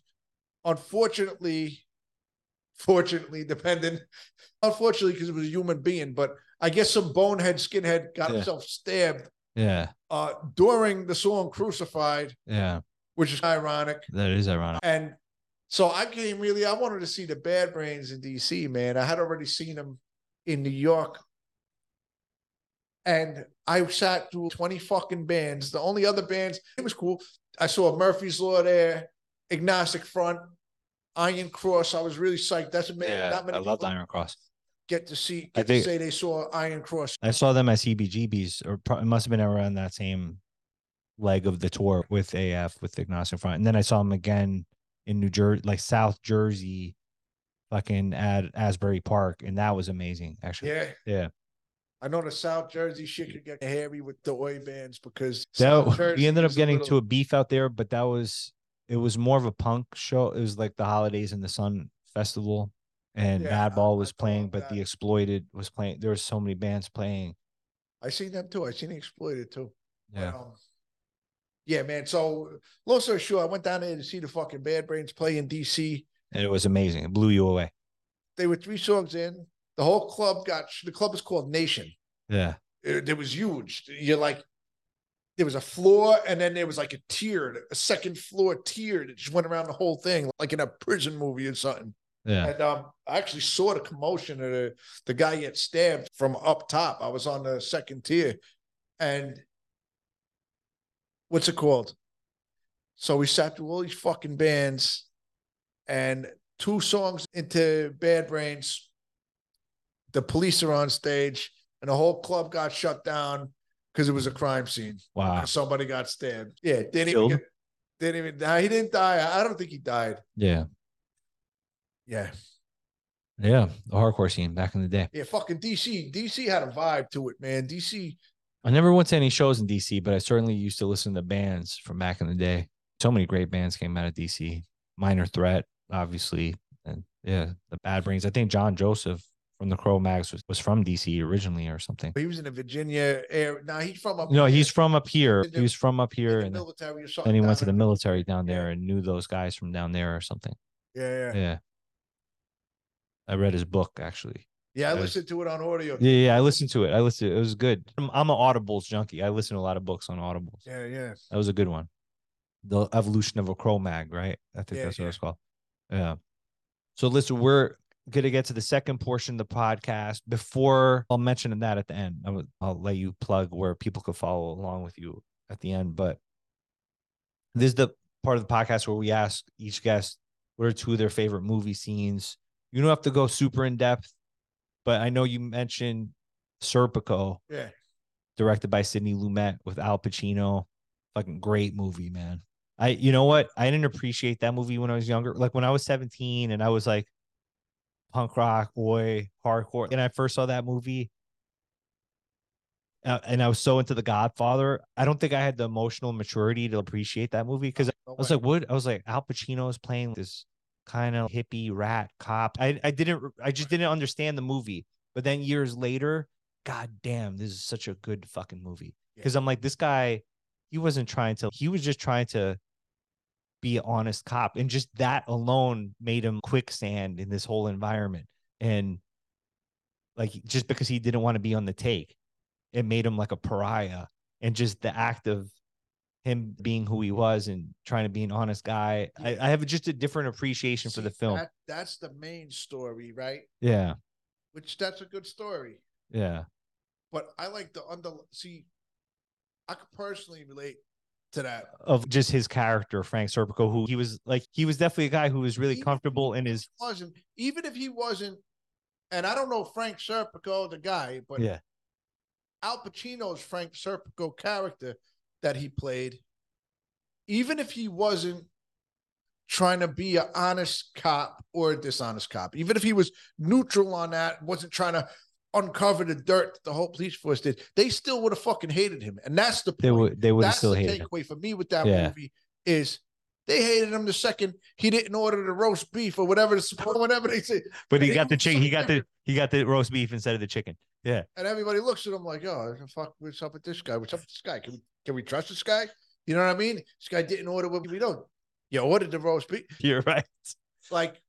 Speaker 3: unfortunately, fortunately, dependent, unfortunately, because it was a human being, but I guess some bonehead skinhead got
Speaker 2: Yeah.
Speaker 3: himself stabbed
Speaker 2: yeah.
Speaker 3: uh, during the song "Crucified,"
Speaker 2: Yeah,
Speaker 3: which is ironic.
Speaker 2: that is ironic.
Speaker 3: And so I came really, I wanted to see the Bad Brains in DC, man. I had already seen them in New York. And I sat through 20 fucking bands. The only other bands, it was cool. I saw Murphy's Law there, Agnostic Front, Iron Cross. I was really psyched. That's amazing. Not many people
Speaker 2: Iron Cross.
Speaker 3: get to see,
Speaker 2: I
Speaker 3: get to
Speaker 2: think-
Speaker 3: say they saw Iron Cross.
Speaker 2: I saw them at CBGB's, or pro- it must have been around that same leg of the tour with AF with Agnostic Front, and then I saw them again in New Jersey, like South Jersey, fucking at Asbury Park, and that was amazing. Actually,
Speaker 3: Yeah.
Speaker 2: Yeah.
Speaker 3: I know the South Jersey shit could get hairy with the oi bands because South
Speaker 2: that,
Speaker 3: Jersey
Speaker 2: we ended up
Speaker 3: is
Speaker 2: getting
Speaker 3: little-
Speaker 2: to a beef out there, but that was it was more of a punk show. It was like the Holidays in the Sun festival, and
Speaker 3: Yeah,
Speaker 2: Madball
Speaker 3: I-
Speaker 2: was
Speaker 3: I
Speaker 2: playing,
Speaker 3: follow
Speaker 2: but the
Speaker 3: that.
Speaker 2: Exploited was playing. There were so many bands playing.
Speaker 3: I seen them too. I seen the exploited too. But,
Speaker 2: Yeah,
Speaker 3: um, yeah, man. So long story short, I went down there to see the fucking Bad Brains play in DC.
Speaker 2: and it was amazing. It blew you away.
Speaker 3: They were three songs in. The whole club got the club is called Nation.
Speaker 2: Yeah.
Speaker 3: It, it was huge. You're like there was a floor, and then there was like a tiered, a second floor tier that just went around the whole thing, like in a prison movie or something.
Speaker 2: Yeah.
Speaker 3: And um, I actually saw the commotion of the, the guy get stabbed from up top. I was on the second tier. And what's it called? So we sat through all these fucking bands and two songs into Bad Brains. The police are on stage, and the whole club got shut down because it was a crime scene.
Speaker 2: Wow.
Speaker 3: Somebody got stabbed. Yeah, didn't even,
Speaker 4: Killed?
Speaker 3: get, didn't even die. He didn't die. I don't think he died.
Speaker 2: Yeah.
Speaker 3: Yeah,
Speaker 2: Yeah. The hardcore scene back in the day.
Speaker 3: yeah. Fucking DC. DC had a vibe to it, man. DC.
Speaker 2: I never went to any shows in DC, but I certainly used to listen to bands from back in the day. So many great bands came out of DC. Minor Threat, obviously, and yeah, the Bad Brains. I think John Joseph from the Crow Mags was, was from DC originally or something.
Speaker 3: He was in the Virginia air. Now he's from up.
Speaker 2: No,
Speaker 3: here.
Speaker 2: he's from up here. He was from up
Speaker 3: He
Speaker 2: here,
Speaker 3: did
Speaker 2: and
Speaker 3: military or something.
Speaker 2: then he went to
Speaker 3: down
Speaker 2: the
Speaker 3: in-
Speaker 2: military down there and knew those guys from down there or something.
Speaker 3: Yeah, yeah,
Speaker 2: Yeah, I read his book actually.
Speaker 3: yeah. I
Speaker 2: Yeah.
Speaker 3: listened to it on audio.
Speaker 2: Yeah, yeah, I listened to it. I listened. It was good. I'm, I'm an Audibles junkie. I listen to a lot of books on Audibles.
Speaker 3: yeah, yeah.
Speaker 2: That was a good one. The evolution of a Cro Mag, right? I think
Speaker 3: Yeah,
Speaker 2: that's what
Speaker 3: yeah.
Speaker 2: it's called. Yeah. So listen, we're gonna get to the second portion of the podcast. Before I'll mention that at the end, I would, I'll let you plug where people could follow along with you at the end. But this is the part of the podcast where we ask each guest what are two of their favorite movie scenes. You don't have to go super in depth, but I know you mentioned Serpico
Speaker 3: Yeah.
Speaker 2: directed by Sidney Lumet with Al Pacino. Fucking great movie, man. I you know what? I didn't appreciate that movie when I was younger. Like when I was 17 and I was like punk rock, boy, hardcore. And I first saw that movie. uh, and I was so into The Godfather. I don't think I had the emotional maturity to appreciate that movie because I
Speaker 3: No
Speaker 2: was
Speaker 3: way.
Speaker 2: like, what? I was like, Al Pacino is playing this kind of hippie rat cop. I, I didn't, I just didn't understand the movie. But then years later, God damn, this is such a good fucking movie.
Speaker 3: Yeah.
Speaker 2: Because I'm like, this guy, he wasn't trying to, he was just trying to be an honest cop. And just that alone made him quicksand in this whole environment. And like, just because he didn't want to be on the take, it made him like a pariah. And just the act of him being who he was and trying to be an honest guy, I, I have just a different appreciation for
Speaker 3: See,
Speaker 2: the film.
Speaker 3: that- that's the main story, right?
Speaker 2: yeah.
Speaker 3: Which that's a good story.
Speaker 2: Yeah.
Speaker 3: But I like the under. See, I could personally relate to that.
Speaker 2: Of just his character, Frank Serpico, who he was like, he was definitely a guy who was really
Speaker 3: Even if
Speaker 2: comfortable in his.
Speaker 3: Wasn't even if he wasn't, and I don't know Frank Serpico the guy, but
Speaker 2: Yeah.
Speaker 3: Al Pacino's Frank Serpico character that he played, even if he wasn't trying to be an honest cop or a dishonest cop, even if he was neutral on that, wasn't trying to uncover the dirt that the whole police force did, they still would have fucking hated him. And that's the point.
Speaker 2: They would, they would have
Speaker 3: that's
Speaker 2: still
Speaker 3: the
Speaker 2: hated him.
Speaker 3: takeaway for me with that
Speaker 2: Yeah.
Speaker 3: movie is they hated him the second he didn't order the roast beef or whatever the whatever they say.
Speaker 2: But he
Speaker 3: They
Speaker 2: got the
Speaker 3: were
Speaker 2: chicken.
Speaker 3: so
Speaker 2: He got the he got the roast beef instead of the chicken.
Speaker 3: And everybody looks at him like, oh, fuck, what's up with this guy? What's up with this guy? Can we can we trust this guy? You know what I mean? This guy didn't order what we don't. You ordered the roast beef.
Speaker 2: You're right.
Speaker 3: Like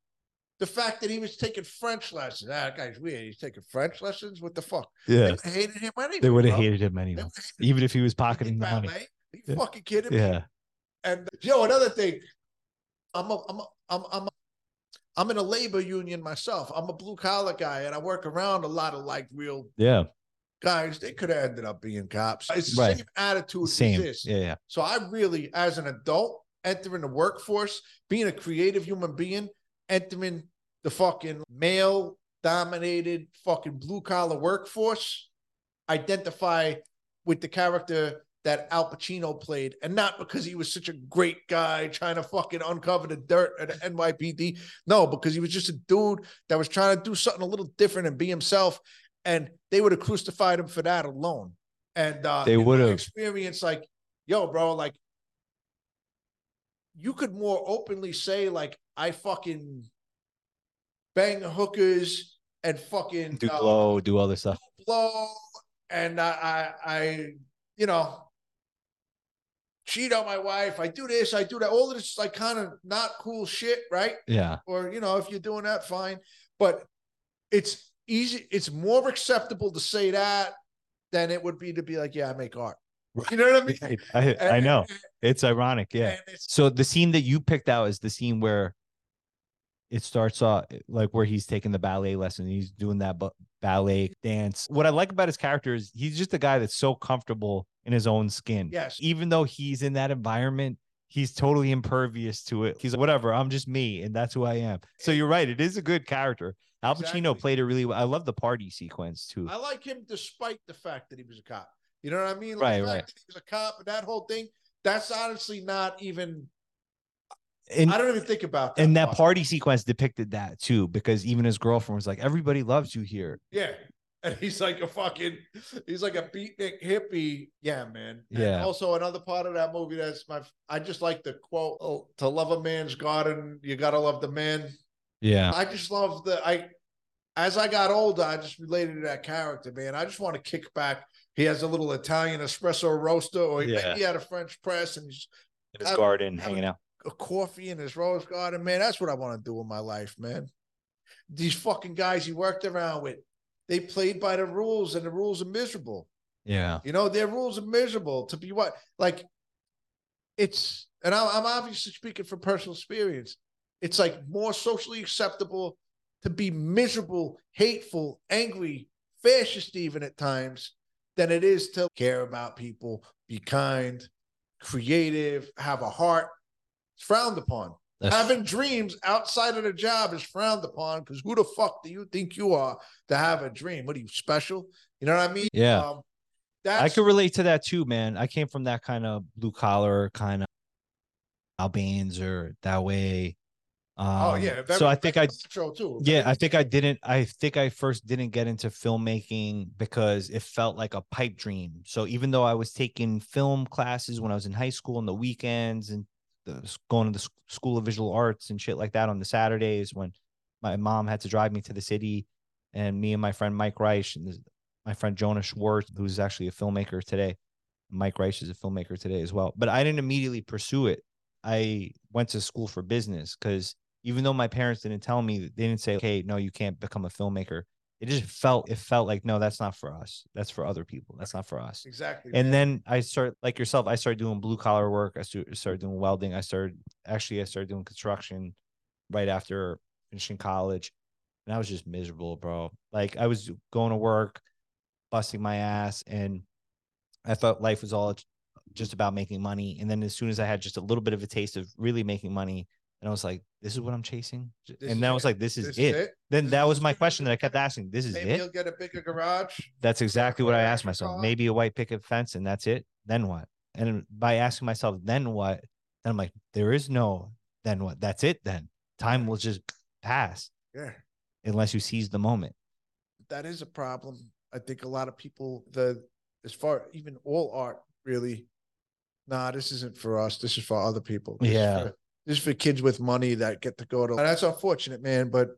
Speaker 3: the fact that he was taking French lessons. Ah, that guy's weird. He's taking French lessons. What the fuck? They
Speaker 2: Yeah,
Speaker 3: would've hated him anyway.
Speaker 2: they would have
Speaker 3: bro.
Speaker 2: hated him
Speaker 3: They
Speaker 2: anyway,
Speaker 3: would've hated him.
Speaker 2: even if he was
Speaker 3: He did
Speaker 2: pocketing the money.
Speaker 3: ballet. Are you
Speaker 2: Yeah.
Speaker 3: fucking kidding me?
Speaker 2: Yeah,
Speaker 3: And yo, another thing, I'm a, I'm a, I'm I'm a, I'm in a labor union myself. I'm a blue collar guy, and I work around a lot of like real
Speaker 2: yeah,
Speaker 3: guys. They could have ended up being cops. It's the
Speaker 2: Right.
Speaker 3: same attitude.
Speaker 2: same.
Speaker 3: As this.
Speaker 2: Yeah, yeah,
Speaker 3: So I really, as an adult, entering the workforce, being a creative human being, entering the fucking male dominated fucking blue collar workforce, identify with the character that Al Pacino played, and not because he was such a great guy trying to fucking uncover the dirt at the NYPD. No, because he was just a dude that was trying to do something a little different and be himself, and they would have crucified him for that alone. And uh,
Speaker 2: They
Speaker 3: in my
Speaker 2: would've.
Speaker 3: experience like yo, bro, like you could more openly say like I fucking bang hookers and fucking
Speaker 2: do
Speaker 3: uh,
Speaker 2: glow, do all this stuff.
Speaker 3: blow, and I, I, I, you know, cheat on my wife. I do this, I do that. All of this like kind of not cool shit, right?
Speaker 2: Yeah,
Speaker 3: Or you know, if you're doing that, fine. But it's easy. It's more acceptable to say that than it would be to be like, yeah, I make art. You know what I mean?
Speaker 2: I, I know it's ironic. Yeah.
Speaker 3: And it's
Speaker 2: So the scene that you picked out is the scene where it starts off like where he's taking the ballet lesson. He's doing that ba- ballet dance. What I like about his character is he's just a guy that's so comfortable in his own skin.
Speaker 3: yes.
Speaker 2: even though he's in that environment, he's totally impervious to it. He's like, whatever, I'm just me, and that's who I am. So you're right. It is a good character. Al Pacino
Speaker 3: Exactly.
Speaker 2: played it really well. I love the party sequence too.
Speaker 3: I like him despite the fact that he was a cop. You know what I mean?
Speaker 2: Right,
Speaker 3: the fact
Speaker 2: right.
Speaker 3: That he was a cop and that whole thing. That's honestly not even.
Speaker 2: And
Speaker 3: I don't even think about that.
Speaker 2: and that party sequence depicted that too, because even his girlfriend was like, everybody loves you here.
Speaker 3: Yeah. And he's like a fucking, he's like a beatnik hippie. Yeah, man. And
Speaker 2: Yeah.
Speaker 3: also, another part of that movie that's my, I just like the quote "Oh, to love a man's garden, you got to love the man.
Speaker 2: Yeah,
Speaker 3: I just love the, I, as I got older, I just related to that character, man. I just want to kick back. He has a little Italian espresso roaster, or he-
Speaker 2: Yeah.
Speaker 3: he had a French press, and he's
Speaker 2: in his
Speaker 3: I-
Speaker 2: garden,
Speaker 3: I
Speaker 2: hanging out.
Speaker 3: a coffee in his rose garden, man. That's what I want to do in my life, man. These fucking guys he worked around with, they played by the rules, and the rules are miserable.
Speaker 2: Yeah,
Speaker 3: You know, their rules are miserable to be what like. It's and I'm I'm obviously speaking from personal experience. It's like more socially acceptable to be miserable, hateful, angry, fascist even at times than it is to care about people, be kind, creative, have a heart. It's frowned upon.
Speaker 2: that's,
Speaker 3: Having dreams outside of the job is frowned upon because who the fuck do you think you are to have a dream? What are you special? You know what I mean?
Speaker 2: yeah.
Speaker 3: Um, that's
Speaker 2: I could relate to that too, man. I came from that kind of blue collar kind of Albans or that way. Um,
Speaker 3: oh yeah. very-
Speaker 2: so I think
Speaker 3: very
Speaker 2: I
Speaker 3: macho, too.
Speaker 2: yeah I think I didn't I think I first didn't get into filmmaking because it felt like a pipe dream. So even though I was taking film classes when I was in high school on the weekends and the, going to the s- school of visual arts and shit like that on the Saturdays when my mom had to drive me to the city and me and my friend Mike Reich and this, my friend Jonah Schwartz, who's actually a filmmaker today. Mike Reich is a filmmaker today as well. But I didn't immediately pursue it. I went to school for business because even though my parents didn't tell me, they didn't say, okay, no, you can't become a filmmaker. It just felt, it felt like, no, that's not for us. That's for other people. That's not for us.
Speaker 3: exactly.
Speaker 2: And then I start like yourself. I started doing blue collar work. I stu- started doing welding. I started actually I started doing construction right after finishing college, and I was just miserable, bro. Like I was going to work, busting my ass, and I thought life was all just about making money. And then as soon as I had just a little bit of a taste of really making money, and I was like, "This is what I'm chasing,"
Speaker 3: This
Speaker 2: and
Speaker 3: is
Speaker 2: then I was
Speaker 3: it.
Speaker 2: like, "This is
Speaker 3: This
Speaker 2: it." Then
Speaker 3: This
Speaker 2: that
Speaker 3: is
Speaker 2: was my
Speaker 3: it.
Speaker 2: question that I kept asking. This is
Speaker 3: Maybe
Speaker 2: it.
Speaker 3: he'll get a bigger garage.
Speaker 2: That's exactly what I
Speaker 3: Right,
Speaker 2: asked
Speaker 3: your
Speaker 2: myself.
Speaker 3: car.
Speaker 2: Maybe a white picket fence and that's it. Then what? And by asking myself, then what? Then I'm like, there is no then what. That's it then. Time will just pass
Speaker 3: Yeah.
Speaker 2: unless you seize the moment.
Speaker 3: That is a problem. I think a lot of people the as far even all art really. Nah, this isn't for us. This is for other people. This is
Speaker 2: Yeah.
Speaker 3: for- this is for kids with money that get to go to. and that's unfortunate, man. But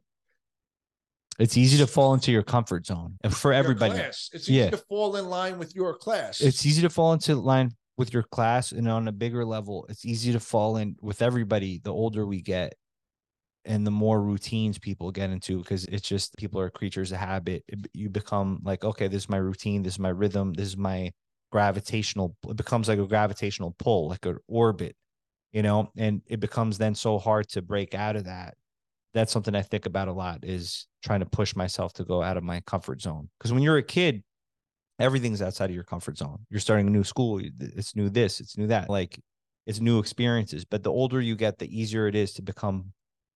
Speaker 2: It's easy to fall into your comfort zone and for
Speaker 3: your
Speaker 2: everybody.
Speaker 3: class, it's easy
Speaker 2: Yeah.
Speaker 3: to fall in line with your class.
Speaker 2: It's easy to fall into line with your class and on a bigger level. It's easy to fall in with everybody the older we get and the more routines people get into because it's just people are creatures of habit. It- You become like, okay, this is my routine, this is my rhythm, this is my gravitational it becomes like a gravitational pull, like an orbit, you know, and it becomes then so hard to break out of that. That's something I think about a lot is trying to push myself to go out of my comfort zone. Because when you're a kid, everything's outside of your comfort zone. You're starting a new school. you- It's new this, it's new that. Like it's new experiences. But the older you get, the easier it is to become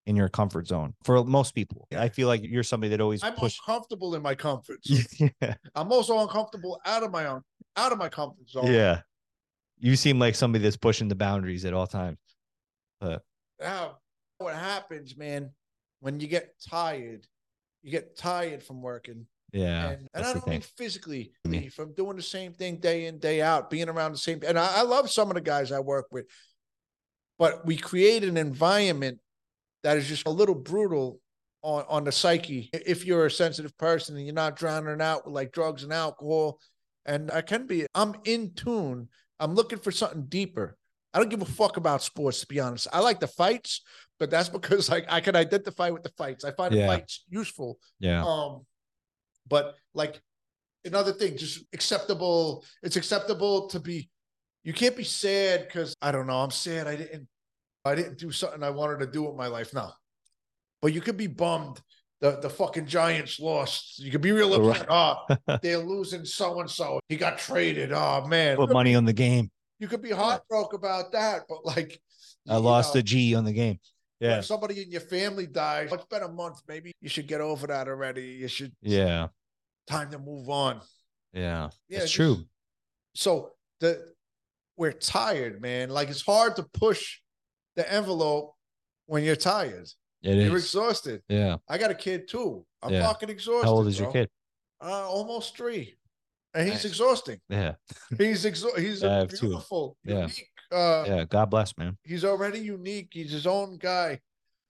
Speaker 2: in your comfort zone for most people. I feel like you're somebody that always
Speaker 3: I'm
Speaker 2: push.
Speaker 3: uncomfortable in my comforts.
Speaker 2: yeah.
Speaker 3: I'm also uncomfortable out of my own out of my comfort zone.
Speaker 2: yeah. You seem like somebody that's pushing the boundaries at all times.
Speaker 3: Now, what happens, man, when you get tired, you get tired from working.
Speaker 2: Yeah.
Speaker 3: and and
Speaker 2: that's
Speaker 3: I
Speaker 2: the
Speaker 3: don't mean
Speaker 2: thing.
Speaker 3: physically,
Speaker 2: I mean-
Speaker 3: Lee, from doing the same thing day in, day out, being around the same. And I, I love some of the guys I work with, but we create an environment that is just a little brutal on, on the psyche. I- If you're a sensitive person and you're not drowning out with like drugs and alcohol, and I can be, I'm in tune. I'm looking for something deeper. I don't give a fuck about sports, to be honest. I like the fights, but that's because like I can identify with the fights. I find
Speaker 2: Yeah.
Speaker 3: the fights useful.
Speaker 2: Yeah.
Speaker 3: Um, but like another thing, just acceptable. It's acceptable to be. You can't be sad because I don't know. I'm sad. I didn't. I didn't do something I wanted to do with my life. No, but you could be bummed. The the fucking Giants lost. You could be real upset. Oh, they're losing so and so. He got traded. Oh man.
Speaker 2: Put money on the game.
Speaker 3: You could be heartbroken about that, but like
Speaker 2: I
Speaker 3: you
Speaker 2: lost
Speaker 3: know,
Speaker 2: a G on the game.
Speaker 3: when
Speaker 2: Yeah.
Speaker 3: somebody in your family dies, it's been a month. Maybe you should get over that already. You should
Speaker 2: Yeah.
Speaker 3: time to move on.
Speaker 2: Yeah.
Speaker 3: Yeah,
Speaker 2: That's
Speaker 3: just-
Speaker 2: true.
Speaker 3: So the we're tired, man. Like it's hard to push the envelope when you're tired.
Speaker 2: It
Speaker 3: You're
Speaker 2: is.
Speaker 3: exhausted.
Speaker 2: Yeah.
Speaker 3: I got a kid too. I'm
Speaker 2: Yeah.
Speaker 3: fucking exhausted.
Speaker 2: How old is your
Speaker 3: bro.
Speaker 2: kid?
Speaker 3: Uh, almost three, and he's
Speaker 2: Nice.
Speaker 3: exhausting.
Speaker 2: Yeah.
Speaker 3: He's exha- he's
Speaker 2: I
Speaker 3: a
Speaker 2: have two.
Speaker 3: beautiful,
Speaker 2: Yeah.
Speaker 3: unique. Uh,
Speaker 2: Yeah. God bless, man.
Speaker 3: He's already unique. He's his own guy,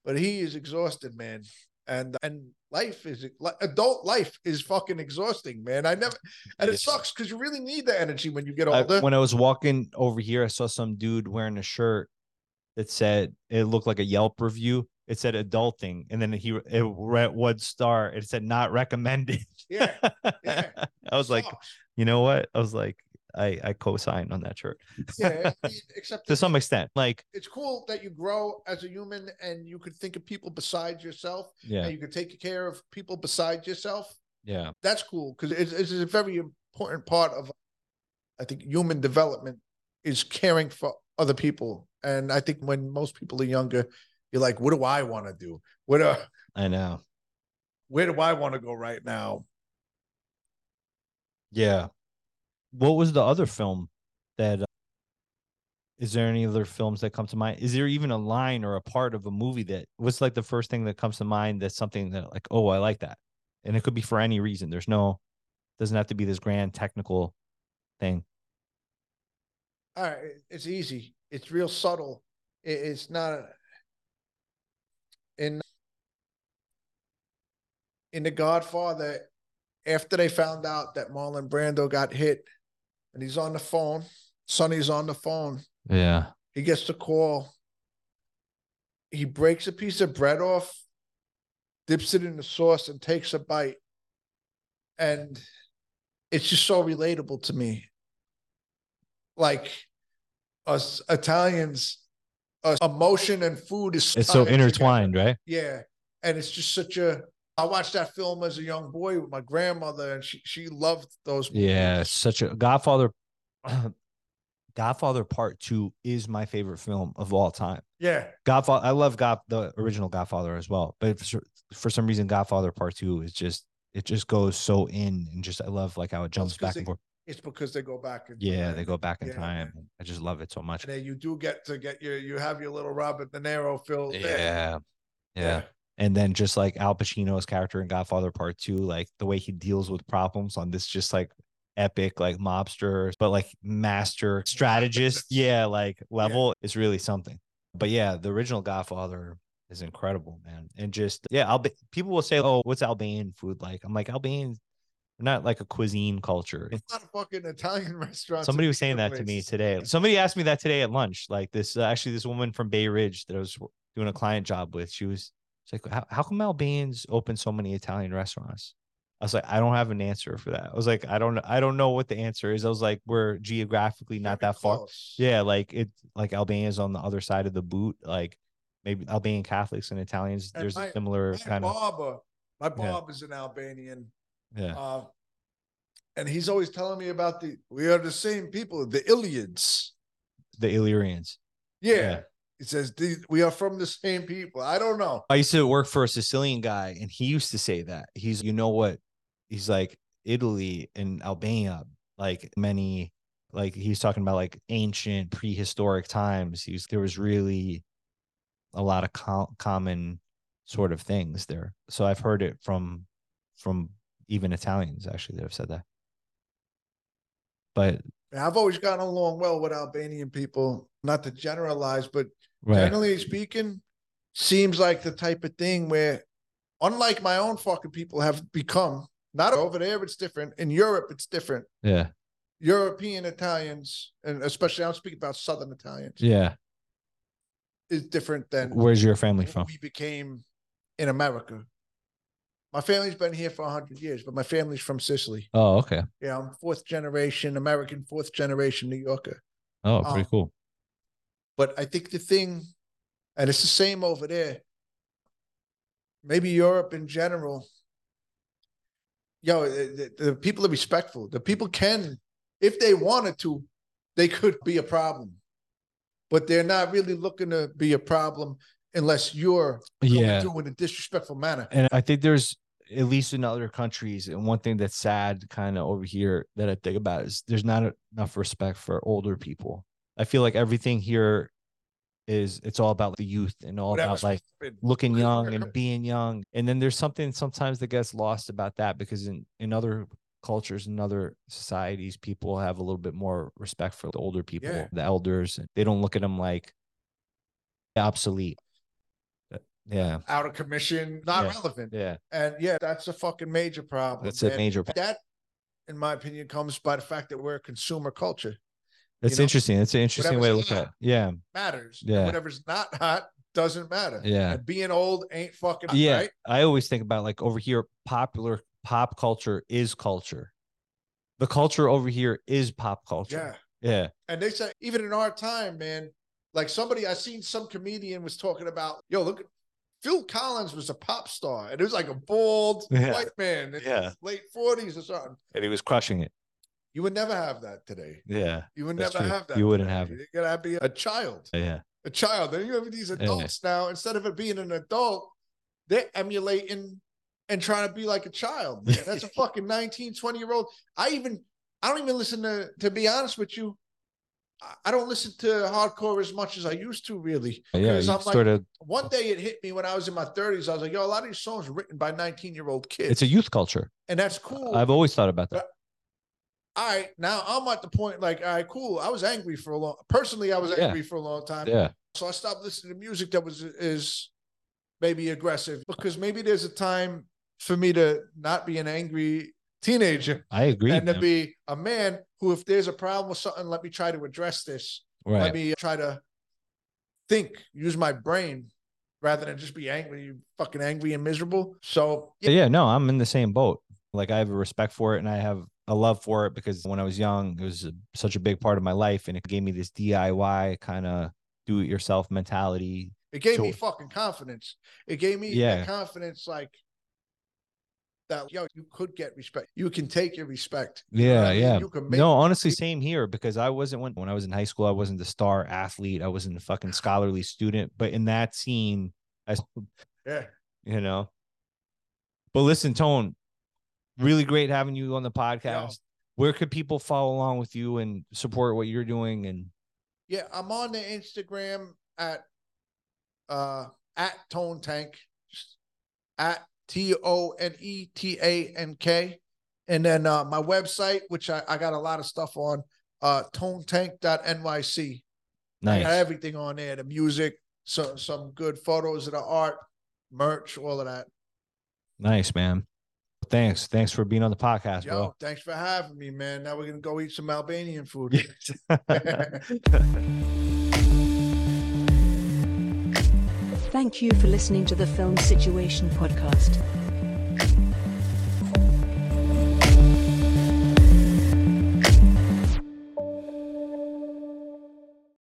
Speaker 3: but he is exhausted, man. And and life is li- adult life is fucking exhausting, man. I never and it
Speaker 2: Yes.
Speaker 3: sucks because you really need the energy when you get
Speaker 2: I-
Speaker 3: older.
Speaker 2: when I was walking over here, I saw some dude wearing a shirt that said it looked like a Yelp review. It said adulting, and then he it read one star. It said not recommended.
Speaker 3: yeah, yeah.
Speaker 2: I was like,
Speaker 3: sucks.
Speaker 2: you know what? I was like, I I co-signed on that shirt
Speaker 3: yeah. I mean, except
Speaker 2: to
Speaker 3: it's,
Speaker 2: some extent. Like,
Speaker 3: it's cool that you grow as a human and you can think of people besides yourself
Speaker 2: yeah,
Speaker 3: and you can take care of people besides yourself.
Speaker 2: yeah,
Speaker 3: That's cool because it's, it's a very important part of, I think, human development is caring for other people. And I think when most people are younger, you're like, what do I want to do? What do,
Speaker 2: I know.
Speaker 3: where do I want to go right now?
Speaker 2: Yeah. What was the other film that? Uh, is there any other films that come to mind? Is there even a line or a part of a movie that what's like the first thing that comes to mind that's something that like, oh, I like that, and it could be for any reason. There's no, doesn't have to be this grand technical thing.
Speaker 3: All right, it- it's easy. It's real subtle. It, it's not a- in in The Godfather. After they found out that Marlon Brando got hit, and he's on the phone, Sonny's on the phone.
Speaker 2: Yeah.
Speaker 3: He gets the call. He breaks a piece of bread off, dips it in the sauce, and takes a bite. And it's just so relatable to me. Like us Italians, us emotion and food is
Speaker 2: It's so
Speaker 3: tied together.
Speaker 2: intertwined, right?
Speaker 3: Yeah. And it's just such a I watched that film as a young boy with my grandmother, and she she loved those movies.
Speaker 2: Yeah, such a Godfather. Godfather Part Two is my favorite film of all time.
Speaker 3: Yeah.
Speaker 2: Godfather, I love God the original Godfather as well, but for, s- for some reason, Godfather Part Two is just it just goes so in and just I love like how it jumps
Speaker 3: 'cause
Speaker 2: back and
Speaker 3: they-
Speaker 2: forth.
Speaker 3: It's because they go back and
Speaker 2: Yeah, they go back in
Speaker 3: Yeah.
Speaker 2: time. I just love it so much.
Speaker 3: and then you do get to get your you have your little Robert De Niro filled.
Speaker 2: Yeah. yeah, And then just like Al Pacino's character in Godfather Part Two, like the way he deals with problems on this just like epic like mobster but like master strategist yeah like level is really something but yeah the original godfather is incredible man and just yeah I'll be, people will say oh what's albanian food like i'm like albanian we're not like a cuisine culture It's-
Speaker 3: a lot of fucking Italian restaurants.
Speaker 2: somebody
Speaker 3: in
Speaker 2: was saying that
Speaker 3: different
Speaker 2: to me
Speaker 3: places.
Speaker 2: today somebody asked me that today at lunch like this uh, actually this woman from bay ridge that i was w- doing a client job with she was she's like how, how come albanians open so many italian restaurants i was like i don't have an answer for that i was like i don't i don't know what the answer is i was like we're geographically not
Speaker 3: Very
Speaker 2: that far
Speaker 3: close.
Speaker 2: yeah like it like albanians on the other side of the boot like maybe albanian catholics and italians
Speaker 3: And
Speaker 2: there's
Speaker 3: my-
Speaker 2: a similar
Speaker 3: My
Speaker 2: kind of
Speaker 3: barber, my
Speaker 2: Yeah.
Speaker 3: barber is an Albanian,
Speaker 2: yeah
Speaker 3: uh, and he's always telling me about the we are the same people, the Iliads.
Speaker 2: the illyrians
Speaker 3: Yeah.
Speaker 2: Yeah.
Speaker 3: He says "The- we are from the same people. I don't know.
Speaker 2: I used to work for a Sicilian guy, and he used to say that he's, you know what? He's like Italy and Albania, like many, like he's talking about like ancient prehistoric times. He was there was really a lot of co- common sort of things there. So I've heard it from from even Italians actually that have said that. But
Speaker 3: And I've always gotten along well with Albanian people. Not to generalize, but
Speaker 2: right,
Speaker 3: generally speaking, seems like the type of thing where, unlike my own fucking people have become, not over there, it's different. In Europe, it's different.
Speaker 2: yeah,
Speaker 3: European Italians, and especially I'm speaking about Southern Italians,
Speaker 2: yeah.
Speaker 3: is different than
Speaker 2: Where's your family
Speaker 3: what
Speaker 2: from?
Speaker 3: we became in America. My family's been here for 100 years, but my family's from Sicily.
Speaker 2: Oh, okay.
Speaker 3: Yeah, I'm fourth generation American, fourth generation New Yorker.
Speaker 2: Oh,
Speaker 3: Oh.
Speaker 2: pretty cool.
Speaker 3: But I think the thing, and it's the same over there, maybe Europe in general, yo, the, the, the people are respectful. The people can, if they wanted to, they could be a problem. but they're not really looking to be a problem unless you're
Speaker 2: Yeah.
Speaker 3: doing it in a disrespectful manner.
Speaker 2: And I think there's at least in other countries, and one thing that's sad kind of over here that I think about is there's not enough respect for older people. I feel like everything here is it's all about the youth and all about
Speaker 3: Whatever's
Speaker 2: like
Speaker 3: forbidden.
Speaker 2: looking young and being young. And then there's something sometimes that gets lost about that because in, in other cultures and other societies, people have a little bit more respect for the older people,
Speaker 3: Yeah.
Speaker 2: the elders. They don't look at them like obsolete. Yeah.
Speaker 3: out of commission, not
Speaker 2: Yeah.
Speaker 3: relevant.
Speaker 2: Yeah.
Speaker 3: And yeah, that's a fucking major problem.
Speaker 2: That's a
Speaker 3: man.
Speaker 2: major problem.
Speaker 3: That, in my opinion, comes by the fact that we're a consumer culture.
Speaker 2: That's
Speaker 3: know,
Speaker 2: interesting. That's an interesting way to
Speaker 3: whatever's
Speaker 2: look at it. Yeah.
Speaker 3: Matters.
Speaker 2: Yeah.
Speaker 3: And whatever's not hot doesn't matter.
Speaker 2: Yeah.
Speaker 3: And being old ain't fucking
Speaker 2: Yeah.
Speaker 3: right.
Speaker 2: I always think about like over here, popular pop culture is culture. The culture over here is pop
Speaker 3: Yeah.
Speaker 2: culture. Yeah.
Speaker 3: And they said, even in our time, man, like somebody I seen some comedian was talking about, yo, look, Phil Collins was a pop star. And it was like a bald
Speaker 2: Yeah.
Speaker 3: white man in
Speaker 2: Yeah.
Speaker 3: his late 40s or something.
Speaker 2: And he was crushing it.
Speaker 3: You would never have that today.
Speaker 2: Yeah.
Speaker 3: You would
Speaker 2: That's
Speaker 3: never
Speaker 2: true.
Speaker 3: have that.
Speaker 2: You wouldn't
Speaker 3: today.
Speaker 2: have it.
Speaker 3: You're gonna be a child.
Speaker 2: Yeah.
Speaker 3: a child. And you have these adults now, instead of it being an adult, they're emulating and trying to be like a child. man. That's a fucking 19, 20 year old. I even, I don't even listen to, to be honest with you, I- I don't listen to hardcore as much as I used to, really.
Speaker 2: Yeah.
Speaker 3: 'Cause
Speaker 2: You
Speaker 3: I'm like-
Speaker 2: sort of,
Speaker 3: One day it hit me when I was in my 30s. I was like, yo, a lot of these songs are written by 19 year old kids.
Speaker 2: it's a youth culture.
Speaker 3: and that's cool.
Speaker 2: I've always thought about that.
Speaker 3: all right. Now I'm at the point like, all right, cool. I was angry for a long personally, I was
Speaker 2: Yeah.
Speaker 3: angry for a long time.
Speaker 2: Yeah.
Speaker 3: So I stopped listening to music that was is maybe aggressive because maybe there's a time for me to not be an angry teenager
Speaker 2: I agree.
Speaker 3: and to
Speaker 2: man.
Speaker 3: be a man who, if there's a problem with something, let me try to address this. Let
Speaker 2: right.
Speaker 3: me try to think, use my brain rather than just be angry, fucking angry and miserable. So yeah,
Speaker 2: yeah. no, I'm in the same boat. Like I have a respect for it and I have a love for it because when I was young, it was a- such a big part of my life and it gave me this DIY kind of do it yourself mentality.
Speaker 3: it gave me
Speaker 2: So-
Speaker 3: fucking confidence. It gave me
Speaker 2: Yeah.
Speaker 3: that confidence like that, yo, you could get respect. You can take your respect. You know what
Speaker 2: Yeah,
Speaker 3: I mean?
Speaker 2: yeah.
Speaker 3: You can make
Speaker 2: No, honestly, same here because I wasn't when when I was in high school, I wasn't the star athlete, I wasn't a fucking scholarly student, but in that scene, I
Speaker 3: yeah.
Speaker 2: you know. But listen, Tone, really great having you on the podcast. Where could people follow along with you and support what you're doing? And
Speaker 3: Yeah, I'm on the Instagram at uh at Tone Tank at T O N E T A N K. And then uh my website, which I, I got a lot of stuff on, uh tonetank.nyc. I got
Speaker 2: nice,
Speaker 3: everything on there, the music, some some good photos of the art, merch, all of that.
Speaker 2: nice, man. Thanks, thanks for being on the podcast,
Speaker 3: Yo,
Speaker 2: bro.
Speaker 3: thanks for having me, man. Now we're gonna go eat some Albanian food.
Speaker 1: Thank you for listening to the Film Situation Podcast.